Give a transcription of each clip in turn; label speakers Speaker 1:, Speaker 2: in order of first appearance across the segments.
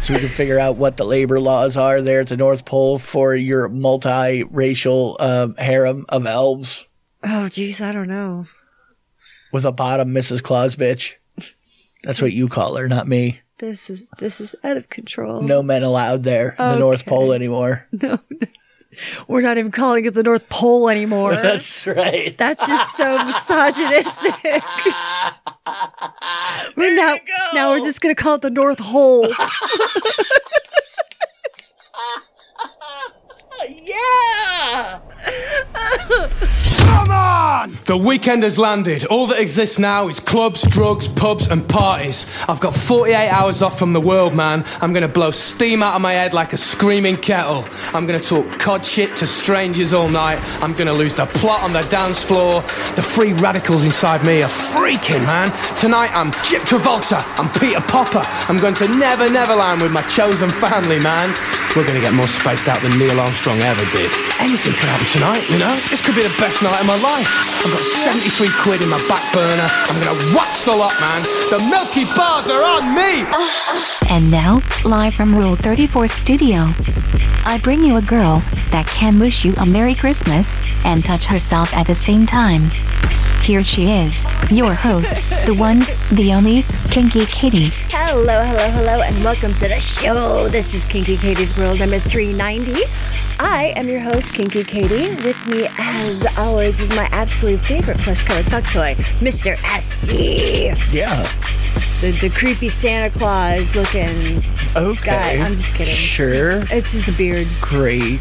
Speaker 1: so we can figure out what the labor laws are there at the North Pole for your multiracial um, harem of elves
Speaker 2: Oh, geez, I don't know.
Speaker 1: with a bottom Mrs. Claus bitch. That's what you call her, not me.
Speaker 2: This is this is out of control.
Speaker 1: No men allowed there in the North
Speaker 2: Okay.
Speaker 1: Pole anymore.
Speaker 2: We're not even calling it the North Pole anymore.
Speaker 1: That's right.
Speaker 2: That's just so misogynistic. we're now,
Speaker 1: go.
Speaker 2: now we're just gonna call it the North Hole.
Speaker 1: Yeah.
Speaker 3: The weekend has landed. All that exists now is clubs, drugs, pubs, and parties. I've got 48 hours off from the world, man. I'm gonna blow steam out of my head like a screaming kettle. I'm gonna talk cod shit to strangers all night. I'm gonna lose the plot on the dance floor. The free radicals inside me are freaking, man. Tonight I'm Jip Travolta. I'm Peter Popper. I'm going to Never Neverland with my chosen family, man. We're gonna get more spaced out than Neil Armstrong ever did. Anything could happen tonight, you know? This could be the best night of my life. I've got 73 quid in my back burner. I'm gonna watch the lot, man. The milky bars are on me.
Speaker 4: And now, live from Rule 34 Studio, I bring you a girl that can wish you a Merry Christmas and touch herself at the same time. Here she is, your host, the one, the only, Kinky Katie.
Speaker 2: Hello, hello, hello, and welcome to the show. This is Kinky Katie's World number 390. I am your host, Kinky Katie. With me, as always, is my absolute favorite flesh colored fuck toy, Mr. SC.
Speaker 1: Yeah.
Speaker 2: The, the creepy Santa Claus looking.
Speaker 1: Okay.
Speaker 2: Guy, I'm just kidding.
Speaker 1: Sure.
Speaker 2: It's just a beard.
Speaker 1: Great.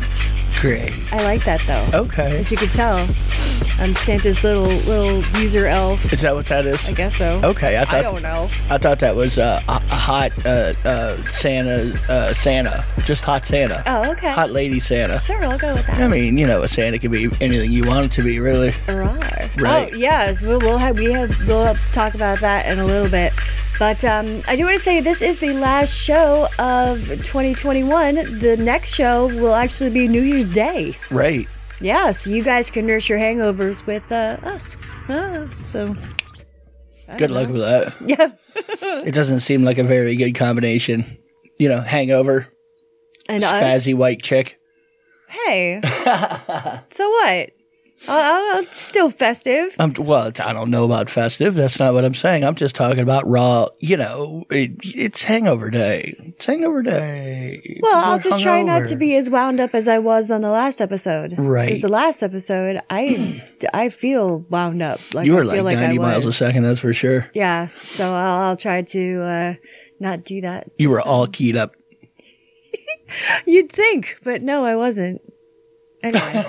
Speaker 1: Great.
Speaker 2: I like that though.
Speaker 1: Okay.
Speaker 2: As you can tell, I'm Santa's little little user elf.
Speaker 1: Is that what that is?
Speaker 2: I guess so.
Speaker 1: Okay, I
Speaker 2: I
Speaker 1: thought
Speaker 2: don't know.
Speaker 1: I thought that was uh, a, a hot uh, uh, Santa, uh, Santa, just hot Santa.
Speaker 2: Oh, okay.
Speaker 1: Hot lady Santa.
Speaker 2: Sure, I'll go with that.
Speaker 1: I mean, you know, a Santa can be anything you want it to be, really.
Speaker 2: Right.
Speaker 1: Right.
Speaker 2: Oh yes, we'll, we'll have we have we'll talk about that in a little bit. But um, I do want to say this is the last show of 2021. The next show will actually be New Year's Day.
Speaker 1: Right.
Speaker 2: Yeah, so you guys can nurse your hangovers with uh, us. Ah, so
Speaker 1: Good luck with that.
Speaker 2: yeah,
Speaker 1: It doesn't seem like a very good combination. You know, hangover,
Speaker 2: and us.
Speaker 1: spazzy white chick.
Speaker 2: Hey, so what? Uh, it's still festive.
Speaker 1: Um, well, I don't know about festive. That's not what I'm saying. I'm just talking about raw. You know, it, it's hangover day. It's hangover day.
Speaker 2: Well,
Speaker 1: People
Speaker 2: I'll
Speaker 1: are
Speaker 2: just try not to
Speaker 1: hungover.
Speaker 2: be as wound up as I was on the last episode. 'Cause
Speaker 1: Right.
Speaker 2: the last episode, I I feel wound up. Like
Speaker 1: You were
Speaker 2: I
Speaker 1: like
Speaker 2: feel
Speaker 1: 90
Speaker 2: I was.
Speaker 1: miles a second, that's for sure.
Speaker 2: Yeah. So I'll, I'll try to uh, not do that.
Speaker 1: You were all keyed up.
Speaker 2: You'd think, but no, I wasn't. Anyway.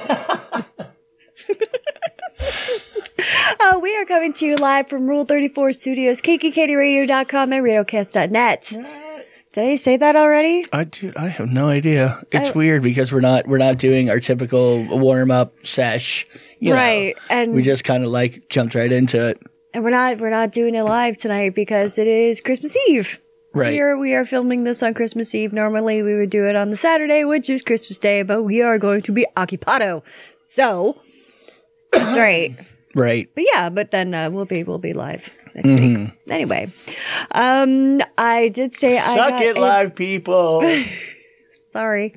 Speaker 2: Uh, we are coming to you live from Rule 34 Studios, kkkradio.com and radiocast.net. Did I say that already?
Speaker 1: I do. I have no idea. It's weird because we're not we're not doing our typical warm up sesh. you know.
Speaker 2: Right, and-
Speaker 1: we just kind of like jumped right into it.
Speaker 2: And we're not we're not doing it live tonight because it is Christmas Eve.
Speaker 1: Right.
Speaker 2: Here we are filming this on Christmas Eve. Normally we would do it on the Saturday, which is Christmas Day, but we are going to be occupado. So that's right.
Speaker 1: Right.
Speaker 2: But yeah, but then uh, we'll be we'll be live next week. Anyway, um, I did say I
Speaker 1: Mm-hmm. Suck
Speaker 2: got
Speaker 1: it,
Speaker 2: a-
Speaker 1: live people.
Speaker 2: Sorry.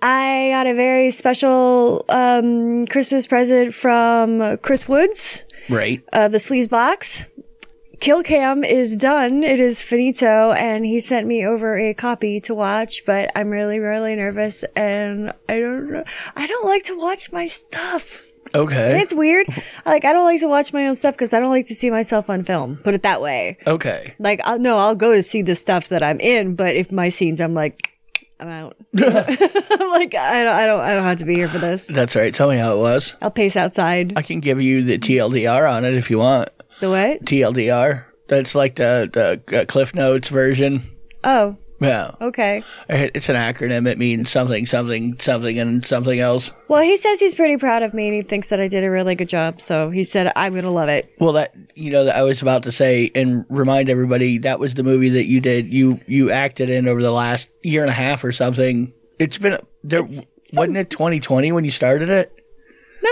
Speaker 2: I got a very special um, Christmas present from Chris Woods.
Speaker 1: right.
Speaker 2: uh, the sleaze box. Kill cam is done. It is finito. And he sent me over a copy to watch, but I'm really, really nervous. And I don't know. I don't like to watch my stuff.
Speaker 1: Okay.
Speaker 2: It's weird. Like, I don't like to watch my own stuff because I don't like to see myself on film. Put it that way.
Speaker 1: Okay.
Speaker 2: Like, I'll, no, I'll go to see the stuff that I'm in, but if my scenes, I'm like, I'm out. I'm like, I don't, I don't, I don't have to be here for this.
Speaker 1: That's right. Tell me how it was.
Speaker 2: I'll pace outside.
Speaker 1: I can give you the TLDR on it if you want.
Speaker 2: The what?
Speaker 1: TLDR. That's like the the uh, Cliff Notes version.
Speaker 2: Oh,
Speaker 1: Yeah.
Speaker 2: okay.
Speaker 1: It's an acronym. It means something, something, something, and something else.
Speaker 2: Well, he says he's pretty proud of me and he thinks that I did a really good job. So he said, I'm going to love it.
Speaker 1: Well, that you know, I was about to say and remind everybody that was the movie that you did you you acted in over the last year and a half or something. It's been there. wasn't it 2020 when you started it?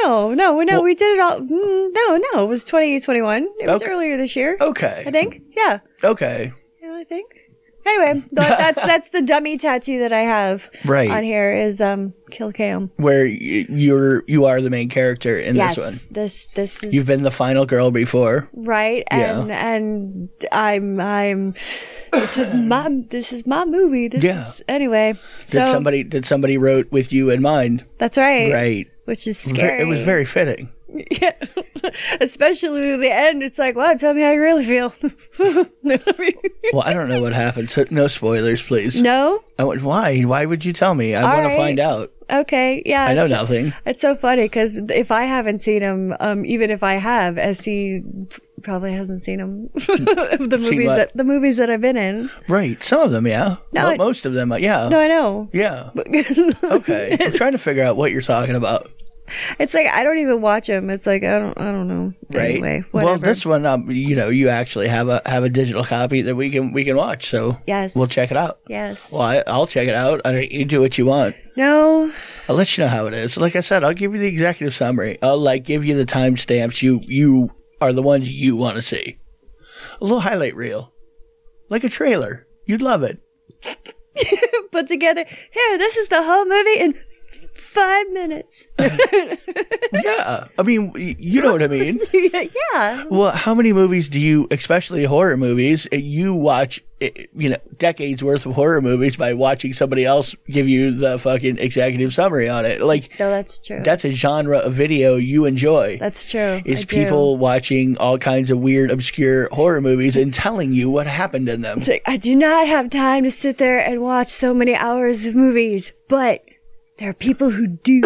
Speaker 2: No, no, no, we did it all. mm, No, no, it was 2021. It was
Speaker 1: Okay. Oh.
Speaker 2: earlier this year.
Speaker 1: Okay.
Speaker 2: I think. Yeah.
Speaker 1: Okay.
Speaker 2: Yeah, I think. Anyway, okay. Th- That's that's the dummy tattoo that I have
Speaker 1: Right.
Speaker 2: on here is um Kill Cam.
Speaker 1: where y- you're you are the main character in
Speaker 2: Yes,
Speaker 1: this one.
Speaker 2: this this is
Speaker 1: You've been the final girl before.
Speaker 2: right,
Speaker 1: Yeah.
Speaker 2: and and I'm I'm. This is my this is my movie. This
Speaker 1: Yeah.
Speaker 2: is anyway.
Speaker 1: Did
Speaker 2: so
Speaker 1: somebody did somebody wrote with you in mind?
Speaker 2: that's right,
Speaker 1: Right.
Speaker 2: Which is
Speaker 1: Ver-
Speaker 2: scary.
Speaker 1: It was very fitting.
Speaker 2: especially at the end. It's like, wow, tell me how you really feel. I mean,
Speaker 1: Well, I don't know what happened. So no spoilers, please.
Speaker 2: no,
Speaker 1: I went, why? Why would you tell me? I want
Speaker 2: right.
Speaker 1: to find out.
Speaker 2: okay, yeah.
Speaker 1: I know
Speaker 2: it's-
Speaker 1: nothing.
Speaker 2: It's so funny because if I haven't seen him, um, even if I have, SC probably hasn't seen him. the movies
Speaker 1: what?
Speaker 2: that the movies that I've been in.
Speaker 1: Right. Some of them, yeah.
Speaker 2: No,
Speaker 1: Well,
Speaker 2: it-
Speaker 1: most of them, uh, yeah.
Speaker 2: No, I know.
Speaker 1: yeah. Okay. I'm trying to figure out what you're talking about.
Speaker 2: It's like I don't even watch him. It's like I don't. I don't know.
Speaker 1: Right.
Speaker 2: Anyway, whatever.
Speaker 1: well, this one, um, you know, you actually have a have a digital copy that we can we can watch. So
Speaker 2: Yes.
Speaker 1: we'll check it out.
Speaker 2: Yes.
Speaker 1: Well, I, I'll check it out. I, you do what you want.
Speaker 2: No.
Speaker 1: I'll let you know how it is. Like I said, I'll give you the executive summary. I'll like give you the timestamps. You you are the ones you want to see. A little highlight reel, like a trailer. You'd love it.
Speaker 2: Put together. Here, this is the whole movie in five minutes.
Speaker 1: Yeah, I mean, y- you know what I mean.
Speaker 2: yeah.
Speaker 1: Well, how many movies do you, especially horror movies, uh, you watch? uh, You know, decades worth of horror movies by watching somebody else give you the fucking executive summary on it. Like
Speaker 2: No, that's true.
Speaker 1: that's a genre of video you enjoy.
Speaker 2: that's true. I
Speaker 1: is
Speaker 2: do.
Speaker 1: people watching all kinds of weird, obscure horror movies and telling you what happened in them.
Speaker 2: It's like, I do not have time to sit there and watch so many hours of movies, but there are people who do.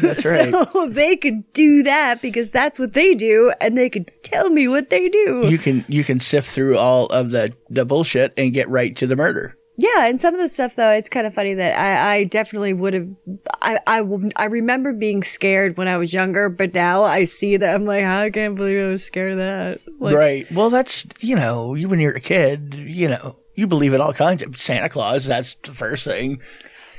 Speaker 2: So they could do that because that's what they do and they could tell me what they do.
Speaker 1: You can you can sift through all of the the bullshit and get right to the murder.
Speaker 2: yeah, and some of the stuff though, it's kind of funny that I, I definitely would have, I, I, will- I remember being scared when I was younger, but now I see that I'm like, I can't believe I was scared of that. Like,
Speaker 1: right. Well, that's you know, you when you're a kid, you know, you believe in all kinds of Santa Claus. That's the first thing.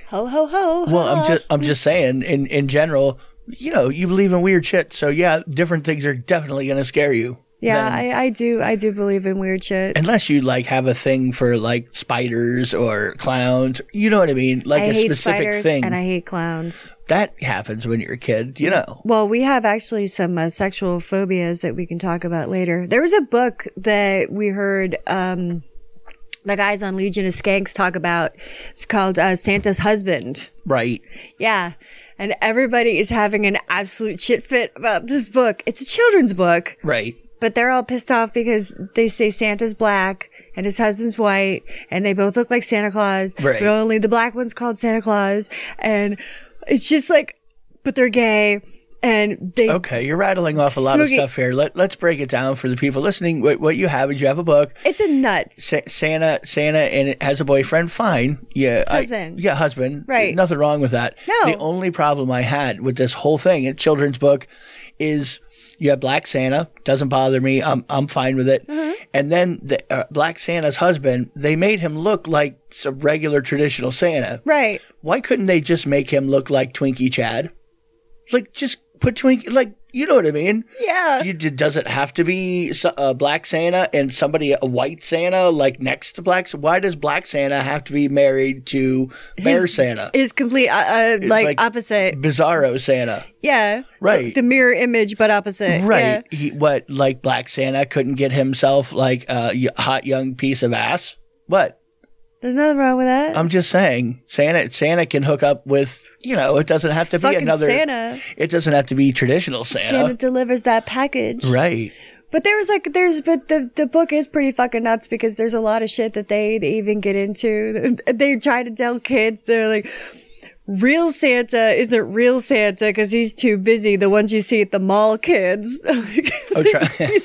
Speaker 2: Ho, ho, ho.
Speaker 1: Well, I'm
Speaker 2: ha.
Speaker 1: just I'm just saying in in general, you know, you believe in weird shit. So yeah, different things are definitely going to scare you.
Speaker 2: Yeah,
Speaker 1: than-
Speaker 2: I, I do, I do believe in weird shit.
Speaker 1: unless you like have a thing for like spiders or clowns, you know what I mean? Like
Speaker 2: I
Speaker 1: a
Speaker 2: hate
Speaker 1: specific
Speaker 2: spiders
Speaker 1: thing.
Speaker 2: and I hate clowns.
Speaker 1: that happens when you're a kid, you know.
Speaker 2: Well, we have actually some uh, sexual phobias that we can talk about later. There was a book that we heard um, the guys on Legion of Skanks talk about. It's called uh, Santa's Husband.
Speaker 1: Right.
Speaker 2: Yeah. And everybody is having an absolute shit fit about this book. It's a children's book,
Speaker 1: Right.
Speaker 2: but they're all pissed off because they say Santa's black and his husband's white and they both look like Santa Claus,
Speaker 1: Right.
Speaker 2: but only the black one's called Santa Claus. And it's just like, but they're gay and they
Speaker 1: Okay, you're rattling off a lot of
Speaker 2: Snooki-
Speaker 1: stuff here. Let, let's break it down for the people listening. What, what you have is you have a book.
Speaker 2: It's a nuts.
Speaker 1: Sa- Santa, Santa, and it has a boyfriend. Fine, yeah, I-
Speaker 2: Husband.
Speaker 1: yeah, husband.
Speaker 2: Right.
Speaker 1: nothing wrong with that.
Speaker 2: No.
Speaker 1: the only problem I had with this whole thing, a children's book, is you have Black Santa. Doesn't bother me. I'm I'm fine with it.
Speaker 2: Mm-hmm.
Speaker 1: And then the uh, Black Santa's husband, they made him look like some regular traditional Santa.
Speaker 2: Right.
Speaker 1: Why couldn't they just make him look like Twinkie Chad? Like just put Twinkie, like you know what I mean?
Speaker 2: Yeah.
Speaker 1: You, d- does it have to be s- a black Santa and somebody a white Santa like next to black? Why does black Santa have to be married to bear Santa,
Speaker 2: Is complete uh, uh, like,
Speaker 1: like-
Speaker 2: opposite.
Speaker 1: Bizarro Santa?
Speaker 2: Yeah.
Speaker 1: Right.
Speaker 2: The mirror image, but opposite. Yeah.
Speaker 1: Right? He what like black Santa couldn't get himself like a y- hot young piece of ass? What?
Speaker 2: There's nothing wrong with that.
Speaker 1: I'm just saying, Santa Santa can hook up with you know. It doesn't have to be
Speaker 2: fucking
Speaker 1: another.
Speaker 2: Santa.
Speaker 1: It doesn't have to be traditional
Speaker 2: Santa
Speaker 1: Santa.
Speaker 2: delivers that package.
Speaker 1: Right.
Speaker 2: But there was like, there's, but the, the book is pretty fucking nuts because there's a lot of shit that they, they even get into. They try to tell kids, they're like, real Santa isn't real Santa because he's too busy. The ones you see at the mall kids.
Speaker 1: Oh, try-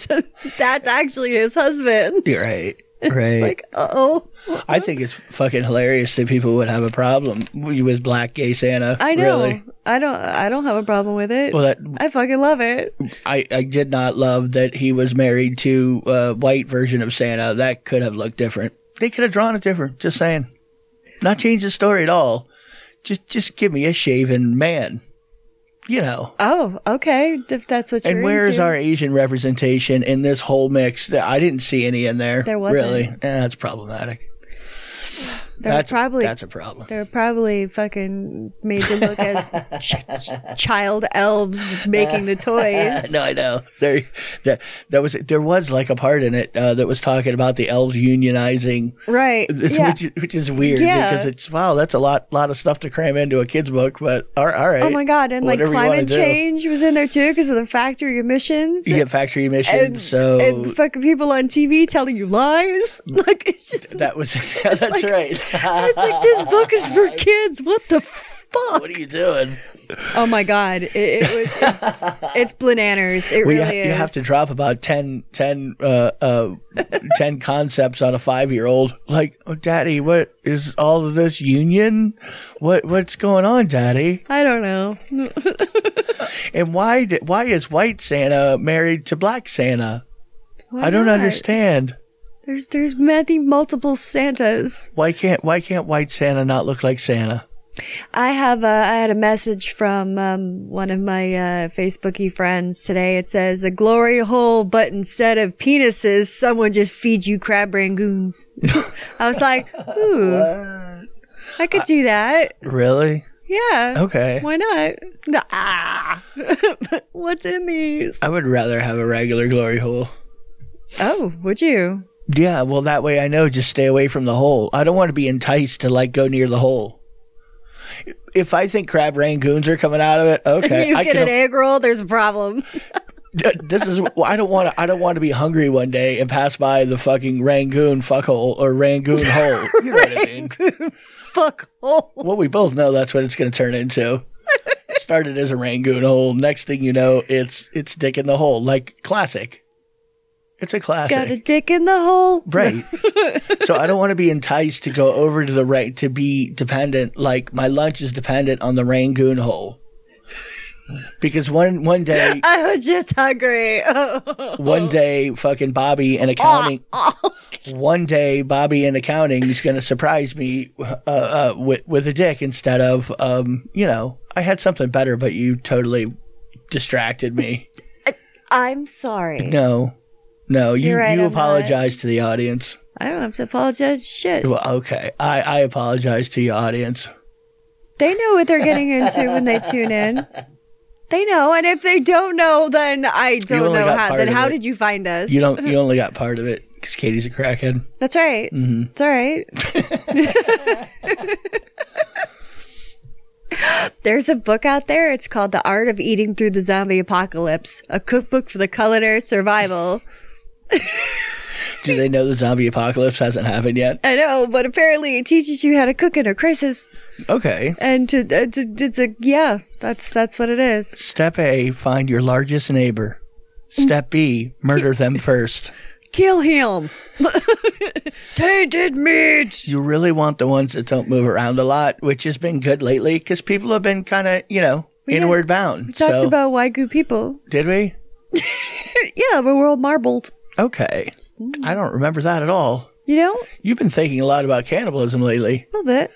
Speaker 2: That's actually his husband.
Speaker 1: You're right. Right.
Speaker 2: Like, uh oh.
Speaker 1: I think it's fucking hilarious that people would have a problem with black gay Santa.
Speaker 2: I know.
Speaker 1: Really.
Speaker 2: I don't. I don't have a problem with it.
Speaker 1: Well, that
Speaker 2: I fucking love it.
Speaker 1: I, I did not love that he was married to a white version of Santa. That could have looked different. They could have drawn it different. Just saying. Not change the story at all. Just just give me a shaven man. You know.
Speaker 2: Oh, okay. If that's what you're
Speaker 1: And where is
Speaker 2: into.
Speaker 1: our Asian representation in this whole mix? That I didn't see any in there.
Speaker 2: There wasn't.
Speaker 1: Really? Eh, that's problematic.
Speaker 2: They're
Speaker 1: that's
Speaker 2: probably
Speaker 1: that's a problem.
Speaker 2: They're probably fucking made to look as ch- ch- child elves making the toys.
Speaker 1: No, I know. There, that that was there was like a part in it uh, that was talking about the elves unionizing,
Speaker 2: Right. Yeah.
Speaker 1: which which is weird
Speaker 2: Yeah.
Speaker 1: because it's wow, that's a lot lot of stuff to cram into a kids book. But all, all right.
Speaker 2: oh my god, and like
Speaker 1: whatever you wanna
Speaker 2: climate
Speaker 1: do.
Speaker 2: change was in there too because of the factory emissions.
Speaker 1: You get factory emissions,
Speaker 2: and,
Speaker 1: so
Speaker 2: and fucking people on TV telling you lies. Like it's just
Speaker 1: that was that's right.
Speaker 2: it's like this book is for kids. What the fuck?
Speaker 1: what are you doing?
Speaker 2: Oh my god, it, it was it's, it's blananers. It
Speaker 1: We
Speaker 2: really
Speaker 1: ha-
Speaker 2: is.
Speaker 1: you have to drop about 10, 10, uh, uh, 10 concepts on a five year old. Like, oh, daddy, what is all of this union? What what's going on, daddy?
Speaker 2: I don't know.
Speaker 1: And why did, why is white Santa married to black Santa?
Speaker 2: Why
Speaker 1: I don't
Speaker 2: not?
Speaker 1: understand.
Speaker 2: There's there's many multiple Santas.
Speaker 1: Why can't why can't white Santa not look like Santa?
Speaker 2: I have a, I had a message from um, one of my uh, Facebooky friends today. It says a glory hole, but instead of penises, someone just feeds you crab rangoons. I was like, ooh, I could do that.
Speaker 1: Really?
Speaker 2: Yeah.
Speaker 1: Okay.
Speaker 2: Why not? No, ah. What's in these?
Speaker 1: I would rather have a regular glory hole.
Speaker 2: Oh, would you?
Speaker 1: Yeah, well, that way I know just stay away from the hole. I don't want to be enticed to like go near the hole. If I think crab rangoons are coming out of it, okay,
Speaker 2: you
Speaker 1: I
Speaker 2: get an egg roll, there's a problem.
Speaker 1: This is well, I don't want to. I don't want to be hungry one day and pass by the fucking rangoon fuckhole or rangoon hole. You know what I mean?
Speaker 2: Fuck hole.
Speaker 1: Well, we both know that's what it's going to turn into. Started as a rangoon hole. Next thing you know, it's it's dick in the hole, like classic. It's a classic.
Speaker 2: Got a dick in the hole.
Speaker 1: Right. so I don't want to be enticed to go over to the right to be dependent. Like my lunch is dependent on the Rangoon hole. Because one one day,
Speaker 2: I was just hungry. Oh.
Speaker 1: one day, fucking Bobby and accounting. One day, Bobby and accounting is going to surprise me uh, uh, with with a dick instead of um, you know, I had something better, but you totally distracted me.
Speaker 2: I'm sorry.
Speaker 1: No, no, you
Speaker 2: You're right,
Speaker 1: you
Speaker 2: I'm not.
Speaker 1: apologize to the audience.
Speaker 2: I don't have to apologize. Shit.
Speaker 1: Well, okay, I I apologize to your audience.
Speaker 2: They know what they're getting into when they tune in. They know, and if they don't know, then I don't
Speaker 1: only
Speaker 2: know
Speaker 1: got
Speaker 2: how.
Speaker 1: part
Speaker 2: Then
Speaker 1: of
Speaker 2: how
Speaker 1: it.
Speaker 2: did you find us?
Speaker 1: You don't. You only got part of it because Katie's a crackhead.
Speaker 2: That's right.
Speaker 1: Mm-hmm.
Speaker 2: It's all right. There's a book out there. It's called The Art of Eating Through the Zombie Apocalypse, a cookbook for the culinary survival.
Speaker 1: Do they know the zombie apocalypse hasn't happened yet?
Speaker 2: I know, but apparently it teaches you how to cook in a crisis.
Speaker 1: Okay.
Speaker 2: And to, uh, to it's a yeah, that's that's what it is.
Speaker 1: Step A: Find your largest neighbor. Step B: Murder them first.
Speaker 2: Kill him. Tainted meat.
Speaker 1: You really want the ones that don't move around a lot, which has been good lately because people have been kind of, you know,
Speaker 2: had-
Speaker 1: inward bound.
Speaker 2: Talked
Speaker 1: so
Speaker 2: about Waigu people.
Speaker 1: did we?
Speaker 2: Yeah, but we're all marbled.
Speaker 1: Okay.
Speaker 2: Hmm.
Speaker 1: I don't remember that at all.
Speaker 2: You know,
Speaker 1: You've been thinking a lot about cannibalism lately,
Speaker 2: a little bit.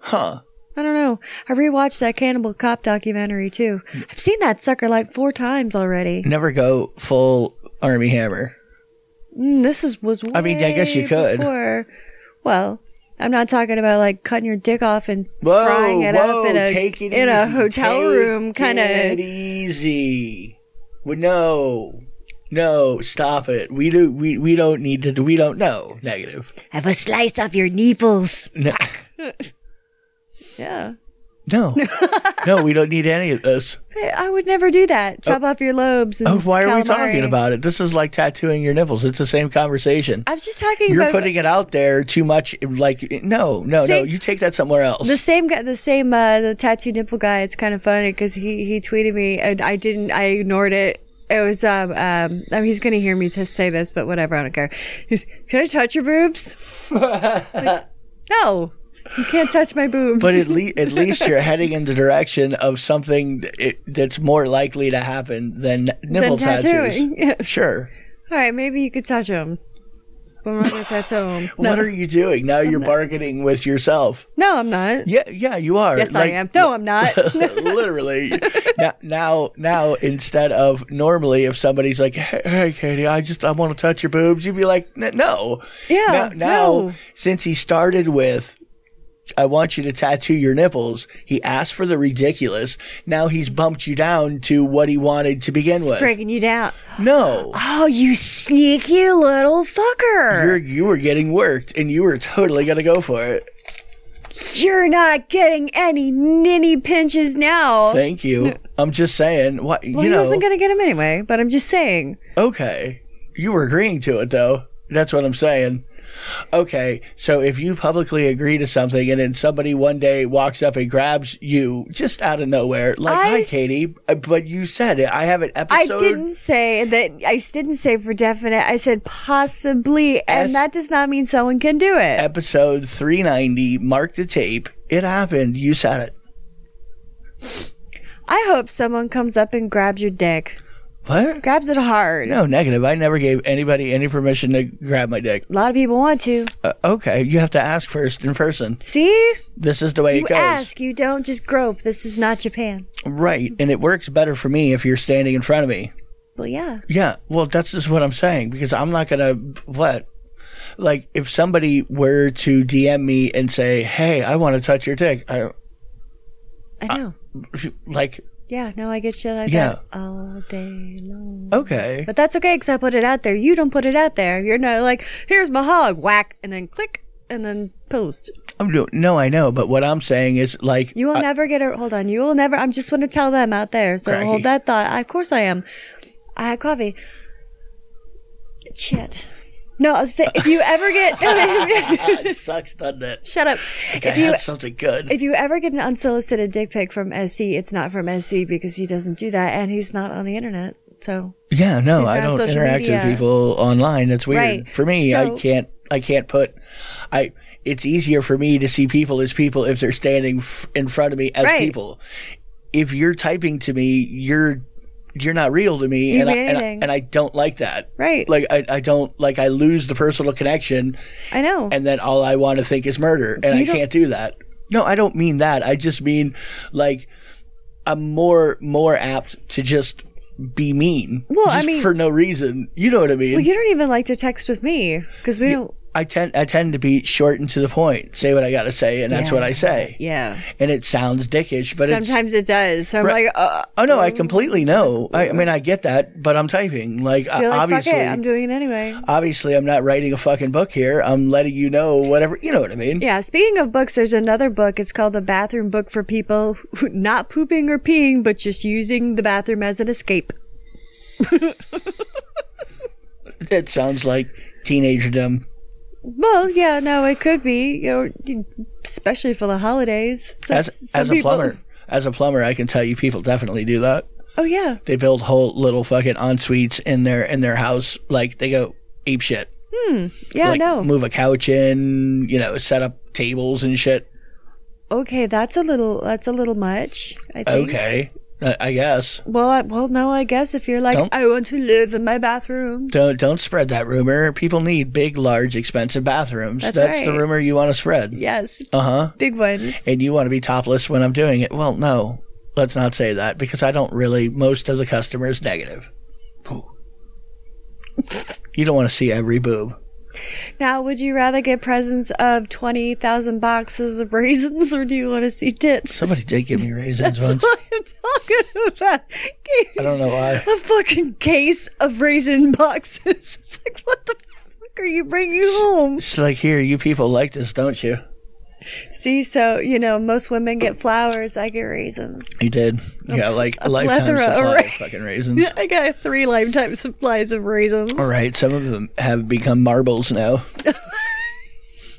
Speaker 1: huh?
Speaker 2: I don't know. I rewatched that Cannibal Cop documentary too. I've seen that sucker like four times already.
Speaker 1: Never go full army hammer.
Speaker 2: Mm, this is was. Way
Speaker 1: I mean, I guess you could.
Speaker 2: Before. Well, I'm not talking about like cutting your dick off and
Speaker 1: Whoa,
Speaker 2: frying it
Speaker 1: whoa,
Speaker 2: up in a
Speaker 1: take it
Speaker 2: in a
Speaker 1: easy,
Speaker 2: hotel
Speaker 1: take
Speaker 2: room kind
Speaker 1: it
Speaker 2: of.
Speaker 1: easy. Well, no, no, stop it. We do. We we don't need to. do- We don't know. Negative.
Speaker 2: Have a slice of your nipples.
Speaker 1: No,
Speaker 2: Yeah.
Speaker 1: no, no. We don't need any of this.
Speaker 2: Hey, I would never do that. Chop off your lobes. And
Speaker 1: Oh, why are we
Speaker 2: calamari.
Speaker 1: talking about it? This is like tattooing your nipples. It's the same conversation.
Speaker 2: I was just talking
Speaker 1: You're
Speaker 2: about
Speaker 1: putting it out there too much. Like no, no, no.
Speaker 2: See-
Speaker 1: You take that somewhere else.
Speaker 2: The same guy, the same, uh, the tattoo nipple guy. It's kind of funny because he, he tweeted me and I didn't, I ignored it. It was, um, um, I mean, he's going to hear me just say this, but whatever. I don't care. He's, can I touch your boobs? It's like, no, you can't touch my boobs.
Speaker 1: but at least at least you're heading in the direction of something th- it, that's more likely to happen than nipple tattoos.
Speaker 2: tattooing, yeah.
Speaker 1: Sure.
Speaker 2: all right, maybe you could touch him. But we're not going to tattoo him. No,
Speaker 1: What are you doing now? You're bargaining with yourself.
Speaker 2: no, I'm not.
Speaker 1: Yeah, yeah, you are.
Speaker 2: Yes, I
Speaker 1: Like,
Speaker 2: am. No, I'm not.
Speaker 1: literally. now, now, now, instead of normally, if somebody's like, "Hey, hey, Katie, I just I want to touch your boobs," you'd be like, "N- "No." Now,
Speaker 2: Yeah,
Speaker 1: now
Speaker 2: no.
Speaker 1: since he started with I want you to tattoo your nipples. He asked for the ridiculous. Now he's bumped you down to what he wanted to begin with.
Speaker 2: breaking you down.
Speaker 1: No.
Speaker 2: Oh, you sneaky little fucker.
Speaker 1: You're, you were getting worked and you were totally going to go for it.
Speaker 2: You're not getting any ninny pinches now.
Speaker 1: Thank you. I'm just saying. What,
Speaker 2: well,
Speaker 1: you
Speaker 2: he
Speaker 1: know.
Speaker 2: wasn't going to get him anyway, but I'm just saying.
Speaker 1: Okay. You were agreeing to it though. That's what I'm saying. Okay, so if you publicly agree to something and then somebody one day walks up and grabs you just out of nowhere, like,
Speaker 2: I
Speaker 1: hi,
Speaker 2: s-
Speaker 1: Katie, Uh, but you said it. I have an
Speaker 2: I
Speaker 1: episode.
Speaker 2: didn't say that. I didn't say for definite. I said possibly, and
Speaker 1: S-
Speaker 2: that does not mean someone can do it.
Speaker 1: Episode 390, mark the tape. It happened. You said it.
Speaker 2: I hope someone comes up and grabs your dick,
Speaker 1: What?
Speaker 2: grabs it hard.
Speaker 1: No, negative. I never gave anybody any permission to grab my dick.
Speaker 2: A lot of people want to.
Speaker 1: Uh, okay, you have to ask first in person.
Speaker 2: See,
Speaker 1: This is the way
Speaker 2: you
Speaker 1: it goes.
Speaker 2: ask, you don't just grope. This is not Japan.
Speaker 1: Right, and it works better for me if you're standing in front of me.
Speaker 2: Well, yeah,
Speaker 1: Yeah, well, that's just what I'm saying because I'm not gonna what, like, if somebody were to DM me and say, "Hey, I want to touch your dick," I
Speaker 2: I know.
Speaker 1: like,
Speaker 2: yeah, no, I get shit like
Speaker 1: Uh, Yeah.
Speaker 2: that all day long.
Speaker 1: okay,
Speaker 2: But that's okay because I put it out there. You don't put it out there. You're not like, here's my hog, whack, and then click, and then post.
Speaker 1: I'm doing. No, I know, but what I'm saying is like,
Speaker 2: You will never get a hold on. You will never. I'm just want to tell them out there. So
Speaker 1: Cracky.
Speaker 2: hold that thought. I, of course I am. I had coffee. Shit. No, I was saying, if you ever get
Speaker 1: it sucks, doesn't it?
Speaker 2: shut up.
Speaker 1: I
Speaker 2: If you
Speaker 1: had something good.
Speaker 2: if you ever get an unsolicited dick pic from SC, it's not from SC because he doesn't do that and he's not on the internet. So
Speaker 1: yeah, no,
Speaker 2: she's
Speaker 1: I
Speaker 2: on
Speaker 1: don't
Speaker 2: social
Speaker 1: interact
Speaker 2: media.
Speaker 1: with people online. That's weird
Speaker 2: Right,
Speaker 1: for me.
Speaker 2: so-
Speaker 1: I can't. I can't put. I. It's easier for me to see people as people if they're standing f- in front of me as
Speaker 2: Right.
Speaker 1: people. If you're typing to me, you're you're not real to me,
Speaker 2: You
Speaker 1: and, I,
Speaker 2: mean
Speaker 1: and I
Speaker 2: anything.
Speaker 1: and I don't like that.
Speaker 2: right,
Speaker 1: Like I, I don't like I lose the personal connection,
Speaker 2: I know.
Speaker 1: and then all I want to think is murder, and
Speaker 2: You
Speaker 1: I
Speaker 2: don't-
Speaker 1: can't do that. No, I don't mean that. I just mean like I'm more more apt to just be mean.
Speaker 2: Well, I
Speaker 1: just
Speaker 2: mean-
Speaker 1: for no reason. You know what I mean?
Speaker 2: well, you don't even like to text with me because we don't.
Speaker 1: I tend I tend to be short and to the point. Say what I got to say, and that's
Speaker 2: Yeah.
Speaker 1: what I say.
Speaker 2: Yeah.
Speaker 1: And it sounds dickish, but it's
Speaker 2: Sometimes it does. So I'm
Speaker 1: Right.
Speaker 2: like, uh,
Speaker 1: oh no, I completely know. I, I mean, I get that, but I'm typing. Like, I
Speaker 2: you're like,
Speaker 1: obviously,
Speaker 2: fuck it, I'm doing it anyway.
Speaker 1: obviously, I'm not writing a fucking book here. I'm letting you know whatever. You know what I mean?
Speaker 2: Yeah, speaking of books, there's another book. It's called The Bathroom Book for People Who Not Pooping or Peeing, but just using the bathroom as an escape.
Speaker 1: It sounds like teenagerdom.
Speaker 2: Well, yeah, no, it could be, you know, especially for the holidays. Some-
Speaker 1: As
Speaker 2: some
Speaker 1: as a
Speaker 2: people-
Speaker 1: plumber, as a plumber, I can tell you, people definitely do that.
Speaker 2: Oh, yeah.
Speaker 1: They build whole little fucking en suites in their in their house. Like they go ape shit.
Speaker 2: Yeah,
Speaker 1: like
Speaker 2: Oh, no.
Speaker 1: move a couch in. You know, set up tables and shit.
Speaker 2: Okay, that's a little, that's a little much, I think.
Speaker 1: Okay, I, I guess.
Speaker 2: Well, I, well, no, I guess if you're like,
Speaker 1: Don't-
Speaker 2: I want to live in my bathroom.
Speaker 1: Don't don't spread that rumor. People need big, large, expensive bathrooms.
Speaker 2: That's
Speaker 1: That's,
Speaker 2: right.
Speaker 1: the rumor you want to spread.
Speaker 2: Yes,
Speaker 1: Uh huh.
Speaker 2: big ones.
Speaker 1: And you want to be topless when I'm doing it. Well, no, let's not say that because I don't really. Most of the customers negative. Pooh. You don't want to see every boob.
Speaker 2: Now, would you rather get presents of 20,000 boxes of raisins or do you want to see tits?
Speaker 1: Somebody did give me raisins
Speaker 2: That's
Speaker 1: once.
Speaker 2: what I'm talking about. Case,
Speaker 1: I don't know why.
Speaker 2: A fucking case of raisin boxes. It's like, what the fuck are you bringing home?
Speaker 1: It's like here, you people like this, don't you?
Speaker 2: See, so, you know, most women get flowers. I get raisins.
Speaker 1: You did. Yeah, like a lifetime
Speaker 2: plethora of
Speaker 1: supply of
Speaker 2: ra-
Speaker 1: fucking raisins.
Speaker 2: Yeah, I got three lifetime supplies of raisins.
Speaker 1: All right, some of them have become marbles now.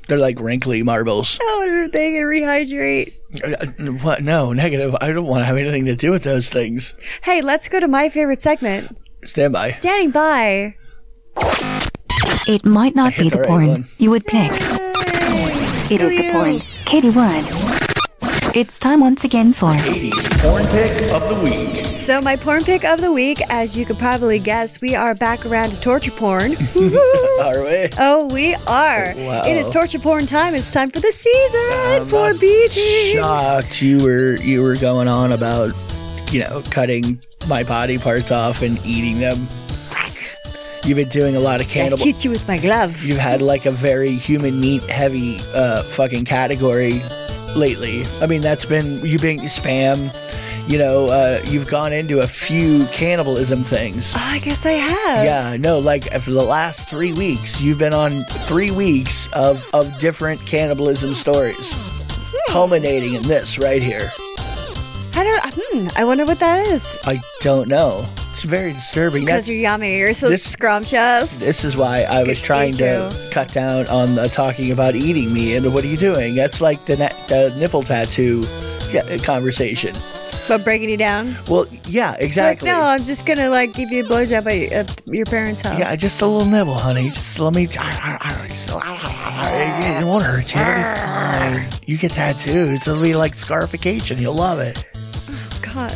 Speaker 1: They're like wrinkly marbles.
Speaker 2: Powder, they can rehydrate.
Speaker 1: Uh, What? No, negative. I don't want to have anything to do with those things.
Speaker 2: Hey, let's go to my favorite segment.
Speaker 1: Stand by.
Speaker 2: Standing by.
Speaker 4: It might not be
Speaker 1: hit
Speaker 4: the
Speaker 1: the right
Speaker 4: porn
Speaker 1: one.
Speaker 4: you would pick. It is the porn Katie would. It's time once again for
Speaker 1: Porn pick of the week.
Speaker 2: So, my porn pick of the week, as you could probably guess, we are back around to torture porn.
Speaker 1: Are we?
Speaker 2: oh, we are.
Speaker 1: Wow.
Speaker 2: It is torture porn time. It's time for the season for
Speaker 1: not
Speaker 2: BG.
Speaker 1: Shocked you were you were going on about you know cutting my body parts off and eating them. You've been doing a lot of
Speaker 2: I
Speaker 1: cannibal.
Speaker 2: hit you with my glove.
Speaker 1: You've had like a very human meat heavy uh, fucking category lately. I mean, that's been you've been spam. You know, uh, you've gone into a few cannibalism things.
Speaker 2: Oh, I guess I have.
Speaker 1: Yeah, no, like uh, for the last three weeks, you've been on three weeks of, of different cannibalism stories,
Speaker 2: Hmm.
Speaker 1: culminating in this right here.
Speaker 2: I don't. Hmm, I wonder what that is.
Speaker 1: I don't know. It's very disturbing.
Speaker 2: Because
Speaker 1: That's,
Speaker 2: you're yummy. You're so
Speaker 1: this-
Speaker 2: scrumptious.
Speaker 1: this is why I was
Speaker 2: Could
Speaker 1: trying
Speaker 2: eat
Speaker 1: to cut down on the talking about eating me and what are you doing? That's like the, na- the nipple tattoo yeah, conversation.
Speaker 2: But breaking you down.
Speaker 1: Well, yeah,
Speaker 2: Like,
Speaker 1: exactly.
Speaker 2: no, I'm just gonna like give you a blowjob at, at your parents' house.
Speaker 1: Yeah, just a little nibble, honey. Just let me. It won't hurt you. It'll be fine. You get tattoos. It'll be like scarification. You'll love it.
Speaker 2: God.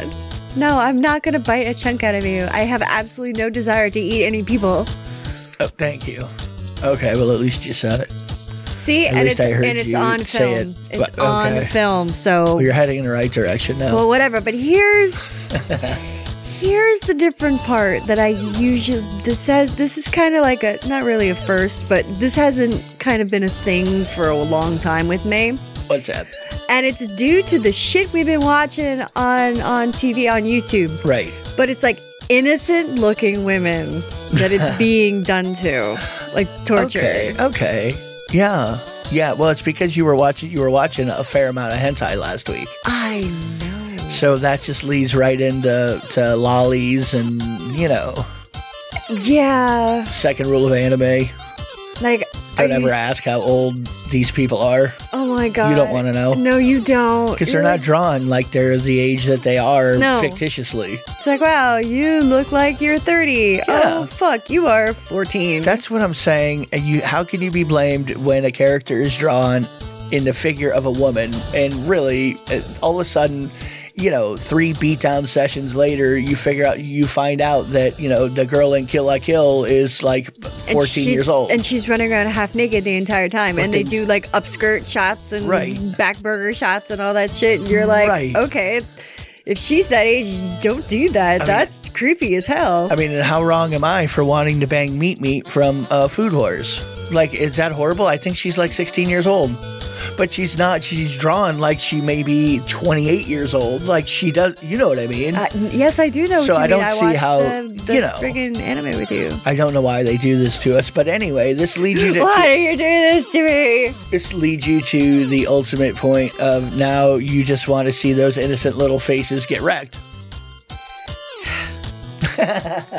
Speaker 2: No, I'm not gonna bite a chunk out of you. I have absolutely no desire to eat any people.
Speaker 1: Oh, thank you. Okay, well, at least you said it.
Speaker 2: See,
Speaker 1: At
Speaker 2: and
Speaker 1: least
Speaker 2: it's
Speaker 1: I heard
Speaker 2: and it's
Speaker 1: you
Speaker 2: on
Speaker 1: say
Speaker 2: film.
Speaker 1: it,
Speaker 2: it's
Speaker 1: but-
Speaker 2: on
Speaker 1: okay.
Speaker 2: film. So
Speaker 1: Well, you're heading in the right direction now.
Speaker 2: well, whatever. But here's here's the different part that I usually this has this is kind of like a not really a first, but this hasn't kind of been a thing for a long time with me.
Speaker 1: What's that?
Speaker 2: and it's due to the shit we've been watching on on TV on YouTube.
Speaker 1: Right.
Speaker 2: But it's like innocent looking women that it's being done to, like torture.
Speaker 1: Okay. Okay. Yeah. Yeah. Well, it's because you were watching. You were watching a fair amount of hentai last week,
Speaker 2: I know.
Speaker 1: so that just leads right into to lollies and you know
Speaker 2: Yeah,
Speaker 1: second rule of anime.
Speaker 2: like
Speaker 1: Don't
Speaker 2: are you
Speaker 1: ever
Speaker 2: s-
Speaker 1: ask how old these people are.
Speaker 2: Oh my god,
Speaker 1: don't wanna know.
Speaker 2: No, you don't,
Speaker 1: because they're
Speaker 2: You're
Speaker 1: not drawn like they're the age that they are
Speaker 2: No.
Speaker 1: fictitiously.
Speaker 2: like- It's like wow, you look like you're 30. Oh
Speaker 1: Yeah.
Speaker 2: fuck, you are 14.
Speaker 1: That's what I'm saying. And you, how can you be blamed when a character is drawn in the figure of a woman? And really, uh, all of a sudden, you know, three beatdown sessions later, you figure out, you find out that you know the girl in Kill La Kill is like 14
Speaker 2: she's-
Speaker 1: years old.
Speaker 2: and she's running around half naked the entire time. and they
Speaker 1: they-
Speaker 2: do like upskirt shots and
Speaker 1: Right.
Speaker 2: back burger shots and all that shit. And you're like,
Speaker 1: Right.
Speaker 2: okay, if she's that age, don't do that. That's creepy as hell.
Speaker 1: I mean, and how wrong am I for wanting to bang Meat Meat from uh, Food Wars? Like, is that horrible? I think she's like 16 years old. But she's not. She's drawn like she may be 28 years old. Like she does. You know what I mean?
Speaker 2: Uh, yes, I do know.
Speaker 1: So
Speaker 2: what
Speaker 1: I
Speaker 2: you mean.
Speaker 1: don't
Speaker 2: I
Speaker 1: see
Speaker 2: watched
Speaker 1: how-
Speaker 2: the, the
Speaker 1: you know.
Speaker 2: friggin' anime with you.
Speaker 1: I don't know why they do this to us. But anyway, this leads you to.
Speaker 2: Why are you doing this to me?
Speaker 1: This leads you to the ultimate point of now you just want to see those innocent little faces get wrecked.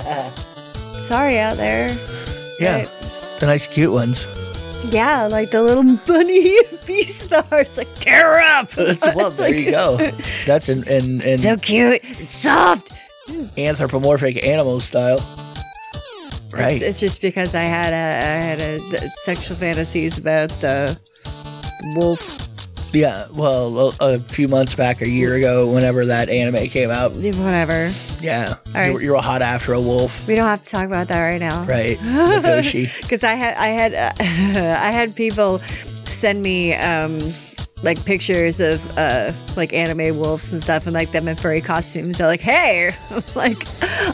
Speaker 2: Sorry out there.
Speaker 1: Yeah.
Speaker 2: Right.
Speaker 1: The nice cute ones.
Speaker 2: Yeah, like the little bunny bee stars, like tear up.
Speaker 1: well, there you go. That's an, an, an
Speaker 2: So cute, it's soft.
Speaker 1: anthropomorphic animal style. Right.
Speaker 2: It's, it's just because I had a I had a th- sexual fantasies about uh, wolf.
Speaker 1: Yeah, well, a, a few months back, a year ago, whenever that anime came out.
Speaker 2: Whatever.
Speaker 1: Yeah,
Speaker 2: right.
Speaker 1: you're, you're hot after a wolf,
Speaker 2: We don't have to talk about that right now.
Speaker 1: right? Nagoshi.
Speaker 2: Because I had I had uh, I had people send me um, like pictures of uh, like anime wolves and stuff, and like them in furry costumes. They're like, "Hey, I'm like,